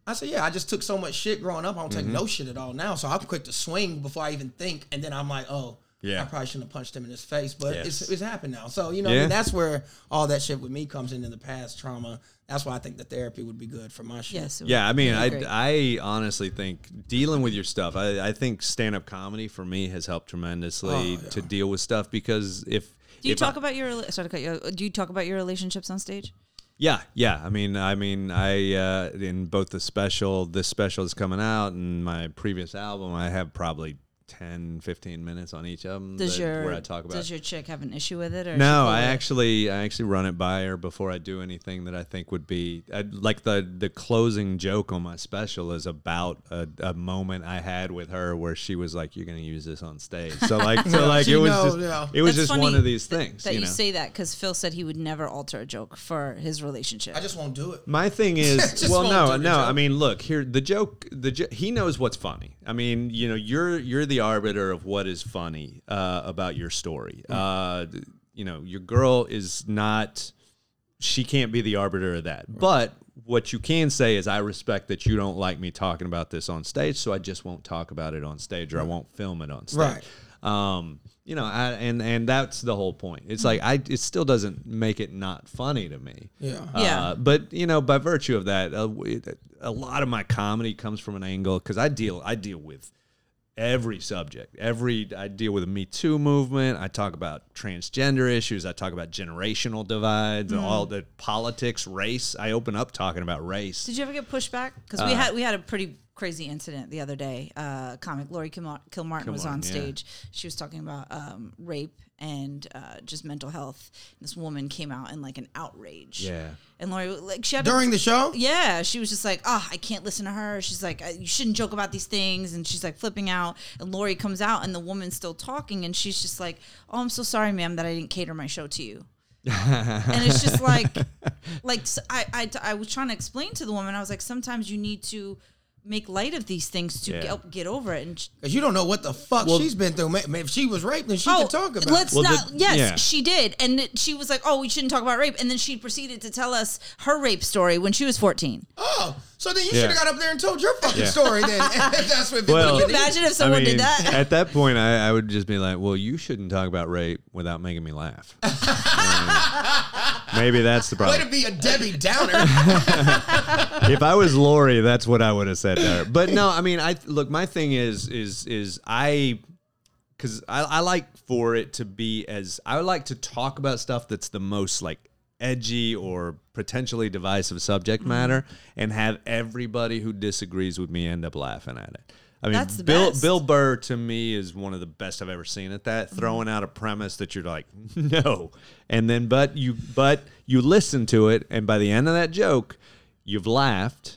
C: I said, yeah, I just
E: Mm-hmm.
C: took so much shit growing up. I don't take no shit at all now. So I'm quick to swing before I even think. And then I'm like, oh,
E: Yeah.
C: I probably shouldn't have punched him in his face, but
E: Yes.
C: it's, it's happened now. So, you know,
E: Yeah.
C: I mean, that's where all that shit with me comes in in the past trauma. That's why I think the therapy would be good for my shit.
D: Yes. it
E: Yeah, I
D: would
E: mean,
D: be great.
E: I, I honestly think dealing with your stuff, I, I think stand up comedy for me has helped tremendously to deal with stuff because if.
D: Oh, Do you
E: if I-
D: talk about your rela- sorry to cut you? off. Do you talk about your relationships on stage?
E: Yeah, yeah. I mean, I mean, I uh, in both the special, this special is coming out, and my previous album, I have probably 10, 15 minutes on each of them
D: Does your
E: where I talk about.
D: does your chick have an issue with it or
E: no,
D: she
E: I
D: cool with it?
E: actually, I actually run it by her before I do anything that I think would be i like the the closing joke on my special is about a, a moment I had with her where she was like, "You're gonna use this on stage," so like, so like
C: She
E: it was
C: knows,
E: just,
C: yeah.
E: it was
D: That's
E: just one
D: funny
E: of these
D: th-
E: things
D: that you,
E: you know?
D: say that because Phil said he would never alter a joke for his relationship.
C: I just won't do it.
E: My thing is,
C: Just
E: well,
C: won't
E: no,
C: do the
E: no.
C: joke.
E: I mean, look here. The joke, the jo- he knows what's funny. I mean, you know, you're you're the arbiter of what is funny uh, about your story.
C: Hmm.
E: Uh, you know, your girl is not. She can't be the arbiter of that. But what you can say is, I respect that you don't like me talking about this on stage, so I just won't talk about it on stage, or I won't film it on stage
C: Right.
E: um you know I, and and that's the whole point it's like i it still doesn't make it not funny to me
C: Yeah.
E: Uh,
D: Yeah.
E: but you know by virtue of that uh, w- a lot of my comedy comes from an angle because i deal i deal with every subject every i deal with the me too movement i talk about transgender issues i talk about generational divides
D: Mm-hmm.
E: and all the politics race i open up talking about race
D: Did you ever get pushback? Because
E: Uh,
D: we had we had a pretty crazy incident the other day. Uh, comic Lori Kilmar- Kilmartin was
E: Kilmartin,
D: on
E: yeah.
D: stage. She was talking about um, rape and uh, just mental health. This woman came out in like an outrage.
E: Yeah.
D: And Lori like she had a-
C: During the show?
D: yeah, she was just like, oh, I can't listen to her. She's like, I- you shouldn't joke about these things. And she's like flipping out. And Lori comes out, and the woman's still talking. And she's just like, oh, I'm so sorry, ma'am, that I didn't cater my show to you. and it's just like, like s- I, I- I was trying to explain to the woman, I was like, sometimes you need to make light of these things to
E: Yeah.
D: get, get over it. And she,
C: Because you don't know what the fuck she's been through. Ma- ma- If she was raped, then she could talk about
D: Oh, let's
C: it.
E: Well,
D: not.
E: the-
D: yes,
E: yeah.
D: she did, and it- she was like, "Oh, we shouldn't talk about rape," and then she proceeded to tell us her rape story when she was fourteen.
C: Oh, so then you
E: Yeah.
C: should have got up there and told your fucking story then. if that's what
E: Well-
C: people
E: Can
C: did.
E: you
D: Imagine if someone did that.
E: At that point, I, I would just be like, "Well, you shouldn't talk about rape without making me laugh." Um, Maybe that's the
C: Way to
E: problem.
C: be a Debbie Downer.
E: If I was Lori, that's what I would have said to her. But no, I mean, I look. My thing is, is, is I, because I, I like for it to be as I would like to talk about stuff that's the most like edgy or potentially divisive
D: Mm-hmm.
E: subject matter, and have everybody who disagrees with me end up laughing at it. I mean,
D: That's the
E: Bill
D: best. Mm-hmm.
E: Bill Bill Burr to me is one of the best I've ever seen at that, throwing out a premise that you're like, no, and then but you but you listen to it, and by the end of that joke, you've laughed,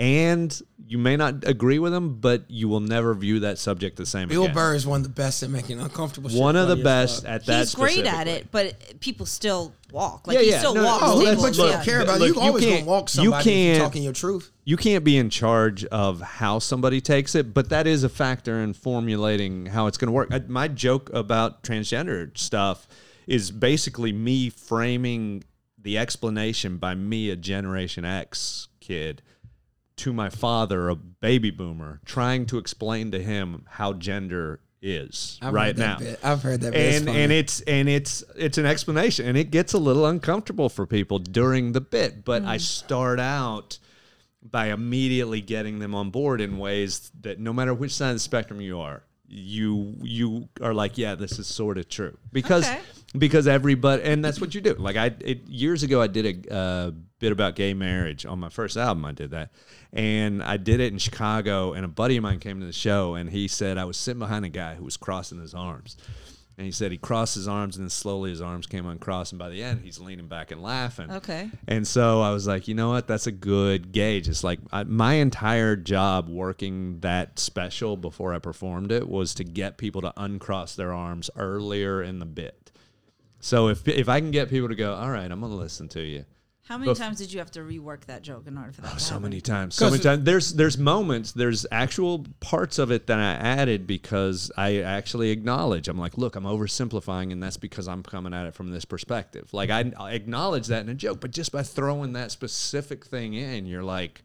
E: and you may not agree with him, but you will never view that subject the same.
C: Bill
E: again.
C: Burr is one of the best at making uncomfortable shit.
E: one of the
C: funny as
E: best
C: fuck.
E: at that.
D: he's great at
E: specifically.
D: it, but people still walk. Like he still
E: No,
D: walks.
E: no,
C: Oh,
D: tables.
C: but you
D: yeah.
C: don't care about it.
E: Look,
C: You always gonna
E: can't-
C: walk somebody if you're
E: can't-
C: talking your truth.
E: You can't be in charge of how somebody takes it, but that is a factor in formulating how it's going to work. I, my joke about transgender stuff is basically me framing the explanation by me, a Generation X kid, to my father, a baby boomer, trying to explain to him how gender is
C: I've
E: right
C: heard that
E: now.
C: bit. I've heard that bit. It's
E: And
C: funny.
E: and it's and it's it's an explanation, and it gets a little uncomfortable for people during the bit. But
C: Mm.
E: I start out by immediately getting them on board in ways that no matter which side of the spectrum you are, you you are like, yeah, this is sort of true because
D: Okay.
E: because everybody and that's what you do like i it, years ago i did a uh, bit about gay marriage on my first album i did that and i did it in chicago and a buddy of mine came to the show and he said i was sitting behind a guy who was crossing his arms and he said he crossed his arms and then slowly his arms came uncrossed and by the end he's leaning back and laughing
D: Okay.
E: and so I was like, you know what? That's a good gauge. It's like I, my entire job working that special before I performed it was to get people to uncross their arms earlier in the bit. So if if I can get people to go, all right, I'm gonna listen to you.
D: How many times did you have to rework that joke in order for that? to
E: Oh, So
D: happen?
E: many times, so many times. There's there's moments, there's actual parts of it that I added because I actually acknowledge. I'm like, look, I'm oversimplifying, and that's because I'm coming at it from this perspective. Like I, I acknowledge that in a joke, but just by throwing that specific thing in, you're like,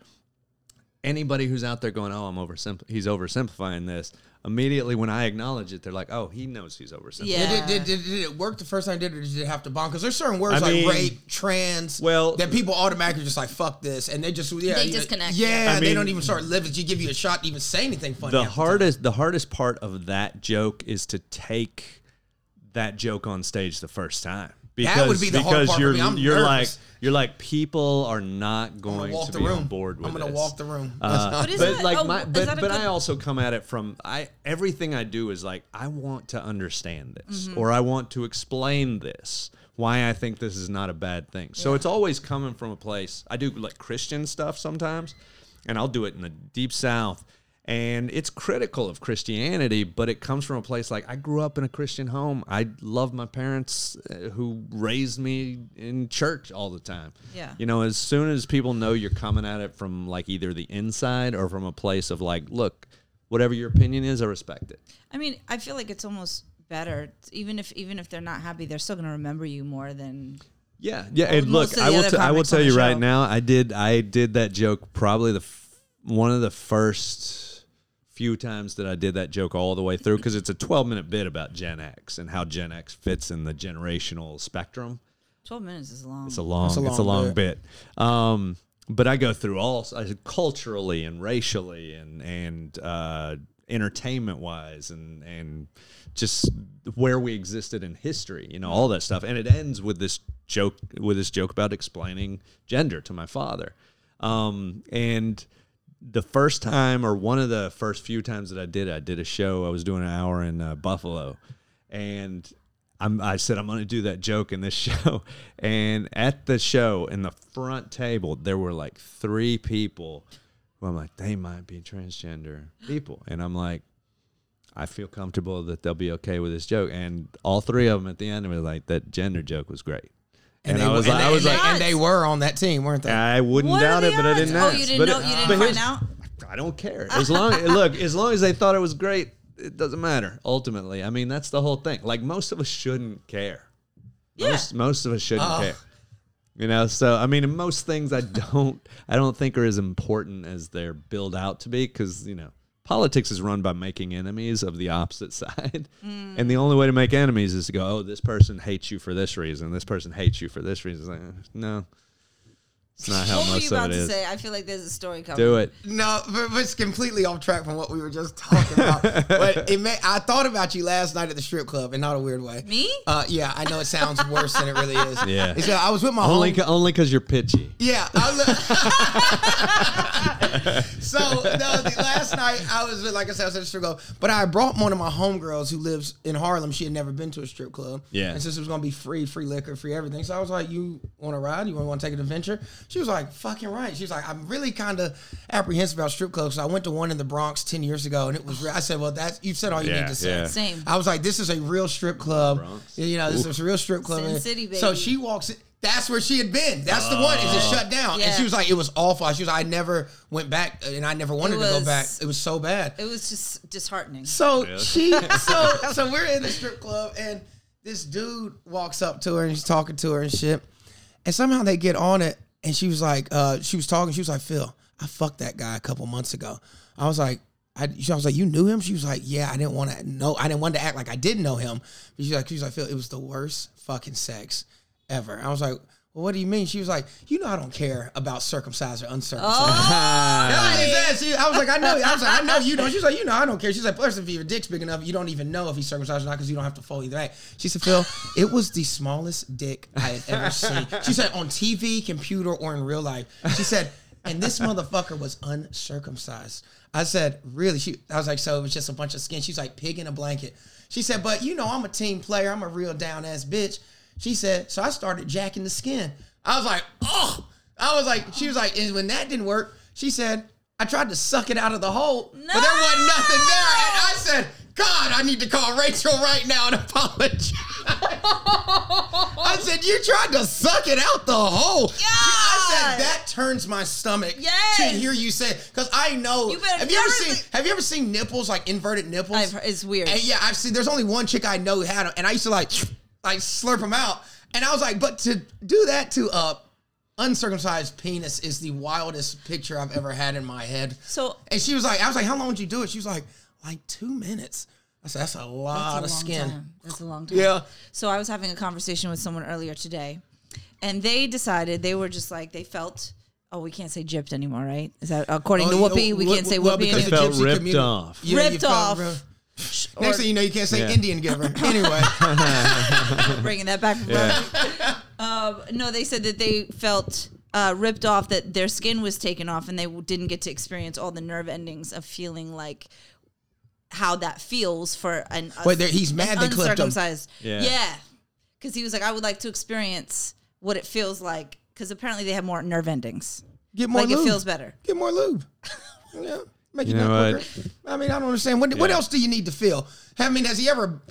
E: anybody who's out there going, "Oh, I'm oversimp- he's oversimplifying this." Immediately when I acknowledge it, they're like, "Oh, he knows he's oversimplifying."
D: Yeah.
C: Did, did, did, did it work the first time I did it, or did it have to bomb? Because there's certain words
E: I mean,
C: like rape, trans,
E: well-
C: that people automatically just like fuck this, and they just yeah,
F: They
C: you know,
F: disconnect.
C: Yeah,
E: I
C: they
E: mean-
C: don't even start living. You give you a shot to even say anything funny.
E: the
C: half
E: hardest the hardest part of that joke is to take that joke on stage the first time because
C: would be the hard
E: because
C: part for
E: you're
C: me. I'm
E: you're like
C: nervous.
E: you're like people are not
C: the time. I'm
E: going
C: gonna walk
E: to
C: the
E: be
C: room.
E: on board with uh,
C: I'm gonna
E: this.
C: walk the room.
D: But is
E: but
D: that-
E: like
D: oh,
E: my
D: is
E: but,
D: that a
E: but I
D: good-
E: also come at it from I everything I do is like I want to understand this
D: Mm-hmm.
E: or I want to explain this why I think this is not a bad thing. So it's always coming from a place I do like Christian stuff sometimes and I'll do it in the deep south and it's critical of Christianity but it comes from a place like I grew up in a Christian home. I love my parents uh, who raised me in church all the time.
D: Yeah.
E: You know, as soon as people know you're coming at it from like either the inside or from a place of like, look, whatever your opinion is, I respect it.
D: I mean, I feel like it's almost better. It's- Even if even if they're not happy, they're still gonna remember you more than
E: Yeah, yeah.
D: Well,
E: And
D: most of
E: look,
D: the
E: I will.
D: other
E: T- I will
D: comics
E: tell
D: on the
E: you right
D: show.
E: now. I did. I did that joke probably the f- one of the first few times that I did that joke all the way through because it's a 12 minute bit about Gen X and how Gen X fits in the generational spectrum.
D: twelve minutes is long.
E: It's a long, it's a long, bit. Um, but I go through all I said culturally and racially and and uh, entertainment wise and and just where we existed in history, you know, all that stuff. And it ends with this joke with this joke about explaining gender to my father. Um, and the first time or one of the first few times that I did it, I did a show. I was doing an hour in uh, Buffalo, and I'm, I said I'm going to do that joke in this show. And at the show, in the front table, there were like three people who I'm like, they might be transgender people, and I'm like. I feel comfortable that they'll be okay with this joke, and all three of them at the end were like, "That gender joke was great," and,
C: they
E: I
C: were-
E: was like,
C: they,
E: "I was
C: they-
E: like,
C: and they were on that team, weren't they?
E: I wouldn't
D: What are
E: doubt it,
D: the
E: but I
D: odds?
E: didn't
D: Oh,
E: ask."
D: you didn't
E: But
D: know-
E: it-
D: you didn't
E: but
D: find
E: here's-
D: out?
E: I don't care. As long look, as long as they thought it was great, it doesn't matter. Ultimately, I mean that's the whole thing. Like most of us shouldn't care.
D: Yeah.
E: Most most of us shouldn't care. You know, so I mean, in most things I don't I don't think are as important as they're billed out to be because you know politics is run by making enemies of the opposite side, and
D: Mm.
E: the only way to make enemies is to go, oh, this person hates you for this reason, this person hates you for this reason. It's like, eh, no, it's not how
D: what were you
E: most of
D: about
E: it
D: to
E: is.
D: say? I feel like there's a story coming.
E: Do it.
C: No, but but it's completely off track from what we were just talking about. but it may, I thought about you last night at the strip club, and not a weird way.
D: Me?
C: Uh, yeah, I know it sounds worse than it really is.
E: Yeah.
C: It's, uh, I was with my
E: Only,
C: home-
E: ca- only because you're pitchy.
C: Yeah. I lo- so no, the, last night I was with, like I said, I was at a strip club, but I brought one of my homegirls who lives in Harlem. She had never been to a strip club.
E: Yeah.
C: And since it was gonna be free, free liquor, free everything, so I was like, "You want to ride? You want to take an adventure?" She was like, "Fucking right." She was like, "I'm really kind of apprehensive about strip clubs. So I went to one in the Bronx ten years ago, and it was. Re- I said, well, that's you've said all you need
E: Yeah,
C: to say.'
E: yeah.
D: Same.
C: I was like, this is a real strip club.
E: Bronx.
C: You know, this is a real strip club.
D: Sin City,
C: So
D: baby.
C: she walks in. That's where she had been. That's the one. Is it shut down? And
D: Oh. Yeah.
C: she was like, it was awful. She was like, I never went back and I never wanted
D: It
C: to go
D: was-
C: back. It was so bad.
D: It was just disheartening.
C: so she so so we're in the strip club and this dude walks up to her and he's talking to her and shit. And somehow they get on it and she was like, uh, she was talking, she was like, Phil, I fucked that guy a couple months ago. I was like, I, she- I was like, you knew him? She was like, yeah, I didn't want to know. I didn't want to act like I did know him. But she's like, she was like, Phil, it was the worst fucking sex ever. I was like, well, what do you mean? She was like, you know, I don't care about circumcised or uncircumcised.
E: Ah,
C: That's what she said. She- I was like, I know. I was like, I know you don't. She's like, you know, I don't care. She's like, plus if your dick's big enough, you don't even know if he's circumcised or not because you don't have to fold either way. She said, Phil, it was the smallest dick I had ever seen. She said on TV, computer, or in real life. She said, and this motherfucker was uncircumcised. I said, really? She, I was like, so it was just a bunch of skin. She's like, pig in a blanket. She said, but you know, I'm a team player. I'm a real down ass bitch. She said, so I started jacking the skin. I was like, oh. I was like, she was like, and when that didn't work, she said, I tried to suck it out of the hole, but there wasn't nothing there. And I said, God, I need to call Rachel right now and apologize. I said, You tried to suck it out the hole. I said,
D: God.
C: That turns my stomach
D: Yes.
C: to hear you say, because I know.
D: You better
C: have you ever
D: never
C: seen?
D: think-
C: have you ever seen nipples like inverted nipples?
D: I've heard- it's weird.
C: And yeah, I've seen. There's only one chick I know who had them, and I used to like, like slurp them out, and I was like, but to do that to a uncircumcised penis is the wildest picture I've ever had in my head.
D: So-
C: and she was like, I was like, how long did you do it? She was like, like two minutes. I said, that's a lot
D: That's
C: of
D: a long
C: skin.
D: time. That's a long time.
C: Yeah.
D: So I was having a conversation with someone earlier today, and they decided they were just like they felt. Oh, we can't say gypped anymore, right? Is that according
C: Oh,
D: to
C: you know,
D: Whoopi? we
C: well,
D: can't say
C: well,
D: Whoopi.
C: because
E: It
D: anymore.
C: the
E: felt
C: gypsy
E: ripped
C: community-
E: off.
C: Yeah, you
D: Ripped
C: felt
D: off.
C: real-
D: Or
C: Next thing you know, you can't say
E: Yeah.
C: Indian giver. Anyway,
D: bringing that back. From um, no, they said that they felt uh, ripped off, that their skin was taken off, and they w- didn't get to experience all the nerve endings of feeling like how that feels for an
C: Wait, there- he's mad they
D: an
C: clipped him.
D: uncircumcised.
E: Yeah.
D: yeah, because he was like, I would like to experience what it feels like, because apparently they have more nerve endings.
C: get more
D: like
C: lube.
D: it feels better.
C: Get more lube. yeah, make you,
E: You know
C: nut
E: what?
C: quicker. I mean, I don't understand. What, what
E: Yeah.
C: else do you need to feel? I mean, has he ever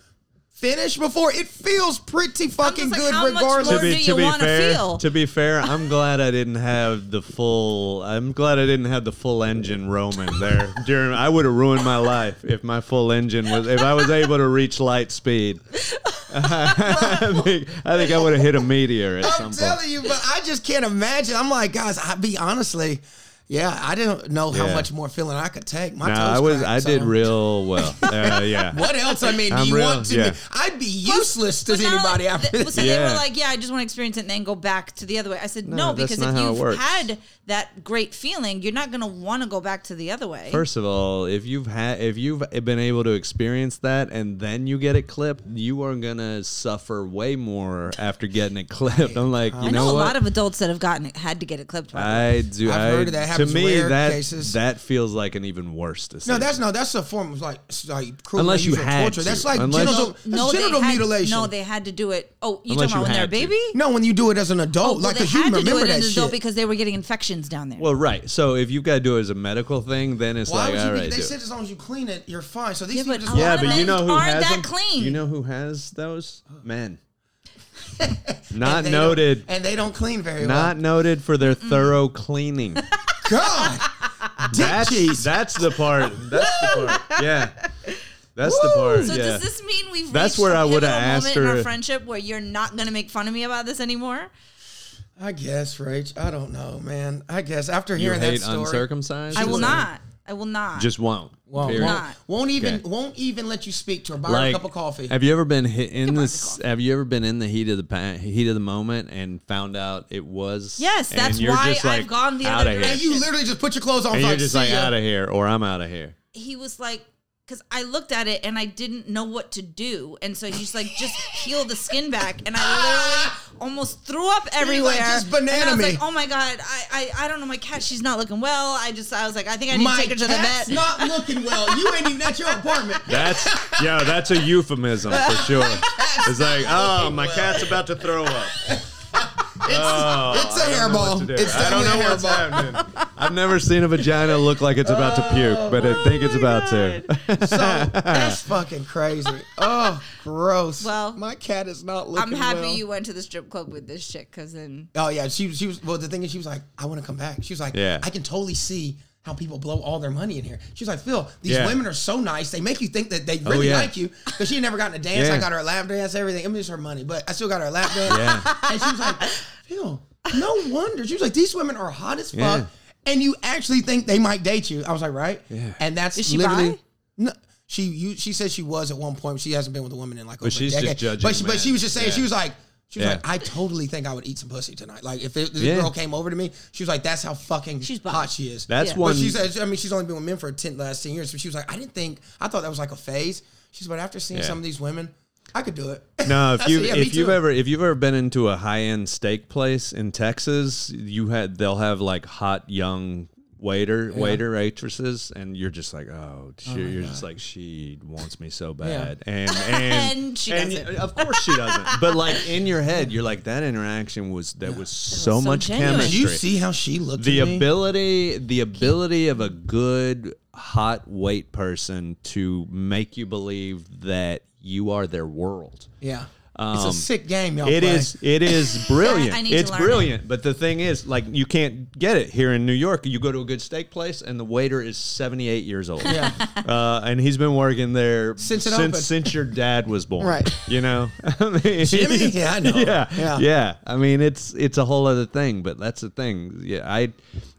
C: finished before? It feels pretty fucking
D: like,
C: good,
D: how much
C: regardless.
D: more- do you wanna
E: fair,
D: feel?
E: to be fair, I'm glad I didn't have the full. I'm glad I didn't have the full engine Roman there. During I would have ruined my life if my full engine was if I was able to reach light speed. I think I, think I would have hit a meteor at
C: I'm
E: some point.
C: telling you, but I just can't imagine. I'm like, guys, I be honestly, yeah, I didn't know how
E: Yeah.
C: much more feeling I could take. My
E: No,
C: toes
E: I was
C: cracked,
E: I did
C: so-
E: real well. Uh, yeah.
C: What else? I mean, do
E: I'm
C: you
E: real,
C: want to?
E: yeah.
C: I'd be useless to
D: But now,
C: anybody
D: like,
C: after
D: th-
C: this.
D: So they
E: Yeah.
D: were like, "Yeah, I just want to experience it and then go back to the other way." I said, "No,
E: that's
D: because
E: not
D: if
E: how it
D: you've
E: works.
D: had that great feeling, you're not going to want to go back to the other way."
E: First of all, if you've had if you've been able to experience that and then you get it clipped, you are gonna suffer way more after getting it clipped. I'm like, you
D: I know,
E: what?
D: a lot of adults that have gotten it, had to get it clipped. By
E: I do.
C: I've
E: I-
C: heard of that.
E: To
C: Happens in
E: me,
C: rare
E: that
C: cases.
E: that feels like an even worse
C: No,
E: decision.
C: that's no, that's a form of like s- like cruel
E: Unless
C: and
E: you
C: unusual
E: had
C: torture.
E: to.
C: That's like
E: Unless-
C: genital,
E: No,
C: that's
D: no, they
C: genital
D: had,
C: mutilation.
D: No, they had to do it. Oh, you
E: Unless
D: talking about
E: you
D: when they're a
E: had to.
D: baby?
C: No, when you do it as an
D: Oh,
C: adult,
D: well,
C: like
D: they
C: because you
D: had to do
C: remember
D: it
C: that
D: as an adult
C: shit.
D: because they were getting infections down there.
E: well, right. So if you've got to do it as a medical thing, then it's
C: Why
E: like,
C: would
E: all
C: you? be-
E: right,
C: they
E: do
C: said
E: it.
C: as long as you clean it, you're fine. So these
D: Yeah,
C: people
D: but
C: just
D: a lot
E: yeah,
D: of
E: but you
D: men
E: know who
D: aren't
E: has
D: that
E: them?
D: clean.
E: You know who has those men.
C: and
E: Not
C: they don't-
E: noted.
C: and they don't clean very
E: Not noted for their thorough cleaning.
C: well. God, dick
E: That's
C: cheese.
E: that's the part. That's the part. Yeah, that's the part.
D: So
E: yeah.
D: does this mean we've
E: That's
D: reached
E: where
D: a
E: I would've
D: pivotal moment
E: asked
D: in
E: her-
D: our friendship where you're not going to make fun of me about this anymore?
C: I guess, Rach. I don't know, man. I guess after
E: you
C: hearing that
E: hate
C: story,
E: uncircumcised?
D: I will
C: was-
D: not. I will not.
E: Just won't.
C: won't,
E: period.
C: won't-
D: Not.
C: won't even
E: Okay.
C: won't even let you speak to her. Buy her a cup of coffee.
E: Have you ever been hit in this? Have you ever been in the heat of the pa- heat of the moment and found out it was?
D: Yes,
E: and
D: that's
E: you're
D: why
E: just like,
D: I've gone the
E: outta
D: other
E: here.
C: and you literally just put your clothes on.
E: And you're
C: like,
E: just
C: "See
E: like
C: ya."
E: out of here, or I'm out of here.
D: he was like because I looked at it and I didn't know what to do. And so he's like, just peel the skin back. And I literally almost threw up everywhere.
C: "Just banana
D: and I was
C: me."
D: like, oh my God, I, I, I don't know. My cat, she's not looking well. I just, I was like, I think I need
C: My
D: to take her to the
C: cat's
D: vet.
C: not looking well. You ain't even at your apartment.
E: That's yeah, that's a euphemism for sure. It's like, oh, my
C: well."
E: cat's about to throw up. Oh,
C: it's a
E: I don't know what to
C: hairball.
E: do.
C: It's
E: I don't know
C: definitely a
E: what's
C: hairball.
E: happening. I've never seen a vagina look like it's about to puke, but I think it's about to.
C: So that's fucking crazy. Oh, gross.
D: Well,
C: my cat is not
D: I'm
C: looking.
D: happy
C: well.
D: you went to the strip club with this chick because then
C: Oh yeah, she was. She was. Well, the thing is, she was like, I want to come back. She was like,
E: Yeah.
C: I can totally see how people blow all their money in here. She was like, Phil, these
E: Yeah. Oh,
C: women are so nice. They make you think that they really
E: yeah.
C: like you because she had never gotten a dance.
E: Yeah.
C: I got her a lap dance, everything. I mean, it's her money, but I still got her a lap dance.
E: Yeah.
C: And she was like, Phil, no wonder. She was like, these women are hot as fuck,
E: Yeah.
C: and you actually think they might date you. I was like, right? Yeah. And that's
D: Is she
C: literally.
D: bi?
C: No, she you, she said she was at one point. She hasn't been with a woman in like over
E: she's
C: a
E: just
C: decade.
E: judging
C: but she, but
E: men.
C: she was just saying
E: Yeah.
C: she was like she was
E: Yeah.
C: like I totally think I would eat some pussy tonight. Like if, it, this
E: Yeah.
C: girl came over to me, she was like that's how fucking
D: She's bi.
C: hot she is.
E: That's
D: Yeah.
E: one.
C: But she said I mean she's only been with men for ten last ten years. So she was like I didn't think I thought that was like a phase. She's but after seeing
E: Yeah.
C: some of these women, I could do it.
E: No,
C: I
E: if
C: said,
E: you
C: "Yeah, me
E: if you've
C: too."
E: ever if you've ever been into a high end steak place in Texas, you had they'll have like hot young waiter waiter waitresses, and you're just like, oh, she, you're just like she wants me so bad, and and
D: And she doesn't.
E: Of course she doesn't, but like in your head, you're like that interaction was that was
D: so
E: so, much
D: genuine.
E: chemistry.
C: Did you see how she looked?
E: the
C: at me?
E: ability the ability of a good hot weight person to make you believe that you are their world
C: yeah.
E: Um,
C: It's a sick game, y'all.
E: it
C: play.
E: is. It is brilliant.
D: I need to
E: it's
D: learn it.
E: brilliant. But the thing is, like, you can't get it here in New York. You go to a good steak place, and the waiter is seventy-eight years old.
C: Yeah.
E: Uh, and he's been working there
C: Since it
E: since
C: opened.
E: since your dad was born.
C: Right.
E: You know. I mean,
C: Jimmy? Yeah, I know.
E: Yeah,
C: Yeah.
E: yeah. I mean, it's it's a whole other thing, but that's the thing. Yeah, I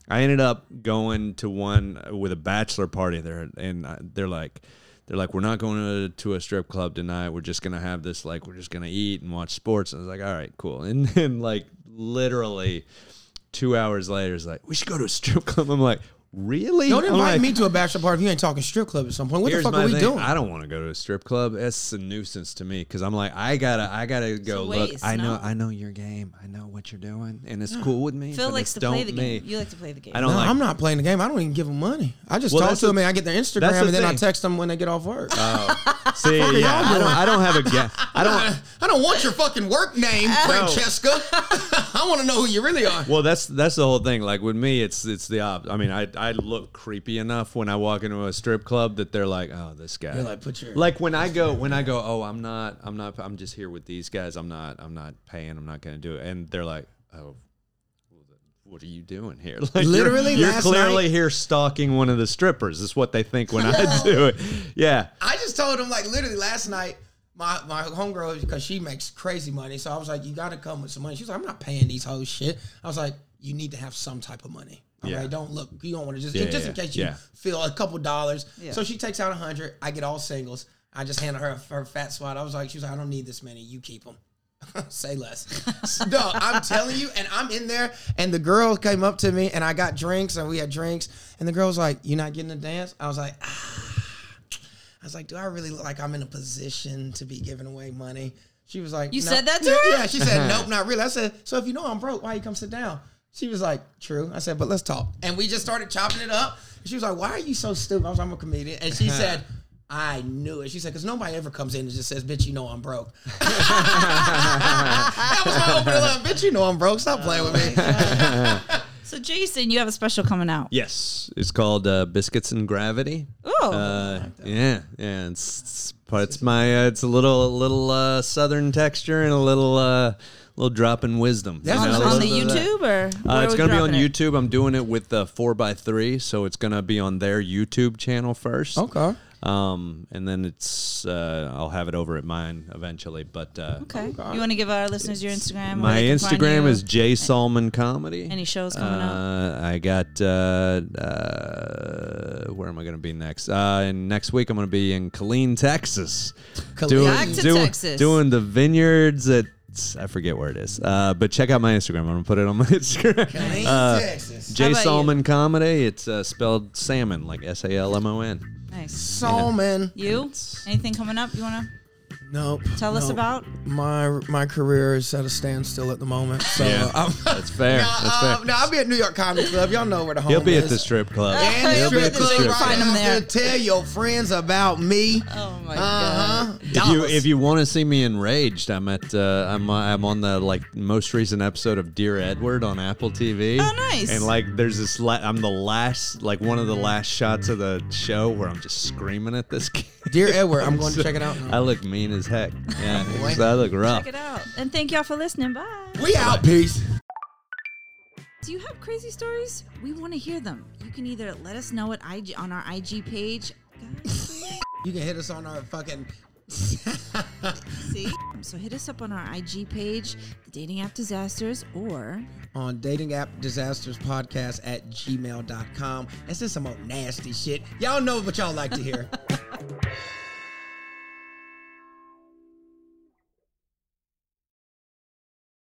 E: I ended up going to one with a bachelor party there, and I, they're like. They're like, we're not going to, to a strip club tonight. We're just gonna have this, like, we're just gonna eat and watch sports. And I was like, all right, cool. And then, like, literally, two hours later, it's like, we should go to a strip club. I'm like, really?
C: Don't
E: I'm
C: invite
E: like,
C: me to a bachelor party if you ain't talking strip club at some point. What the
E: Here's
C: fuck
E: my
C: are we
E: thing.
C: doing?
E: I don't want to go to a strip club. It's a nuisance to me because I'm like, I gotta, I gotta go.
D: waste,
E: look, I know,
D: no.
E: I know your game. I know what you're doing, and it's cool with me.
D: Phil
E: but
D: likes
E: it's
D: to play
E: don't
D: the
E: me.
D: game. You like to play the game.
E: I don't
C: No,
E: like.
C: I'm not playing the game. I don't even give them money. I just
E: Well,
C: talk
E: that's
C: to
E: the-
C: them and I get their Instagram
E: that's the
C: and then I
E: thing.
C: text them when they get off work.
E: See, yeah, I don't, I don't have a game. I don't.
C: I don't want your fucking work name, Francesca. I want to know who you really are.
E: Well, that's that's the whole thing. Like with me, it's it's the op. I mean, I I look creepy enough when I walk into a strip club that they're like, oh, this guy.
C: You're like, "Put your-
E: like when I go when I go, oh, I'm not, I'm not, I'm just here with these guys. I'm not, I'm not paying. I'm not gonna do it. And they're like, oh. What are you doing here? Like you're-
C: Literally
E: you're,
C: last
E: clearly
C: night-
E: here stalking one of the strippers. Is what they think when I do it. Yeah,
C: I just told him like literally last night. My my homegirl because she makes crazy money, so I was like, you got to come with some money. She's like, I'm not paying these hoes shit. I was like, you need to have some type of money. All
E: Yeah.
C: right? don't look. You don't want to just
E: Yeah,
C: just
E: yeah,
C: in case you
E: yeah.
C: feel a couple dollars.
D: Yeah.
C: So she takes out a hundred. I get all singles. I just handed her her fat swat. I was like, she was like, I don't need this many. You keep them. Say less. no, I'm telling you, and I'm in there, and the girl came up to me, and I got drinks, and we had drinks, and the girl was like, "You not getting a dance?" I was like, I was like, "Do I really look like I'm in a position to be giving away money?" She was like,
D: You
C: "No."
D: said that to
C: yeah,
D: her?
C: Yeah, she said, "Nope, not really." I said, "So if you know I'm broke, why you come sit down?" She was like, "True." I said, "But let's talk." And we just started chopping it up. She was like, "Why are you so stupid?" I was, like, "I'm a comedian," and she said. I knew it. She said, because nobody ever comes in and just says, bitch, you know I'm broke. that was my opening line. Bitch, you know I'm broke. Stop playing with me.
D: So Jason, you have a special coming out.
E: Yes, it's called uh, Biscuits and Gravity.
D: Oh.
E: uh, yeah, yeah. It's, it's part. It's my. Uh, it's a little, a little uh, southern texture and a little, uh, little drop in wisdom. you
C: That's
E: know,
C: on-
E: a
D: on
E: little
D: the
E: bit of that.
D: YouTube or
E: Uh,
D: where
E: it's
D: we
E: gonna be on
D: dropping it?
E: YouTube. I'm doing it with the four x three, so it's gonna be on their YouTube channel first.
C: Okay.
E: Um, and then it's uh, I'll have it over at mine eventually. But uh,
D: Okay. You want to give our listeners your Instagram? where
E: my
D: they can find
E: Instagram
D: you?
E: is J Salmon Comedy.
D: Any shows coming up?
E: uh, I got. Uh, uh, where am I going to be next? Uh, and next week I'm going to be in Killeen, Texas.
C: Killeen.
D: Back to
E: doing,
D: Texas.
E: Doing the vineyards at. I forget where it is, uh, but check out my Instagram. I'm gonna put it on my Instagram.
C: Ain't
E: Uh,
C: Texas.
D: How
E: J
D: about you?
E: Salmon Comedy. It's uh, spelled salmon, like S A L M O N.
D: Nice.
C: Solomon.
D: You? Anything coming up? You want
C: Nope.
D: to tell us
C: nope.
D: about?
C: my my career is at a standstill at the moment. So
E: Yeah.
C: I'm,
E: That's fair.
C: Nah,
E: That's fair.
C: um, nah, I'll be at New York Comedy Club. Y'all know where the home
E: He'll be
C: is.
E: at the strip club.
C: And the
D: He'll be
C: strip
D: at the
C: club.
D: strip
C: right
D: club. Find him there.
C: after. Tell your friends about me.
D: Oh my
C: Uh-huh.
E: If you
C: Dollars.
E: if you want to see me enraged, I'm at uh, I'm I'm on the like most recent episode of Dear Edward on Apple TV.
D: Oh, nice.
E: And like, there's this la- I'm the last like one of the last shots of the show where I'm just screaming at this kid.
C: Dear Edward, I'm going to check it out.
E: I look mean as heck. Yeah, it's- I look rough.
D: Check it out. And thank y'all for listening. Bye.
C: We out. Peace.
D: Do you have crazy stories? We want to hear them. You can either let us know at IG on our IG page.
C: You can hit us on our fucking.
D: See? So hit us up on our IG page, the Dating App Disasters, or
C: on dating app disasters podcast at gmail.com. That's just some old nasty shit. Y'all know what y'all like to hear.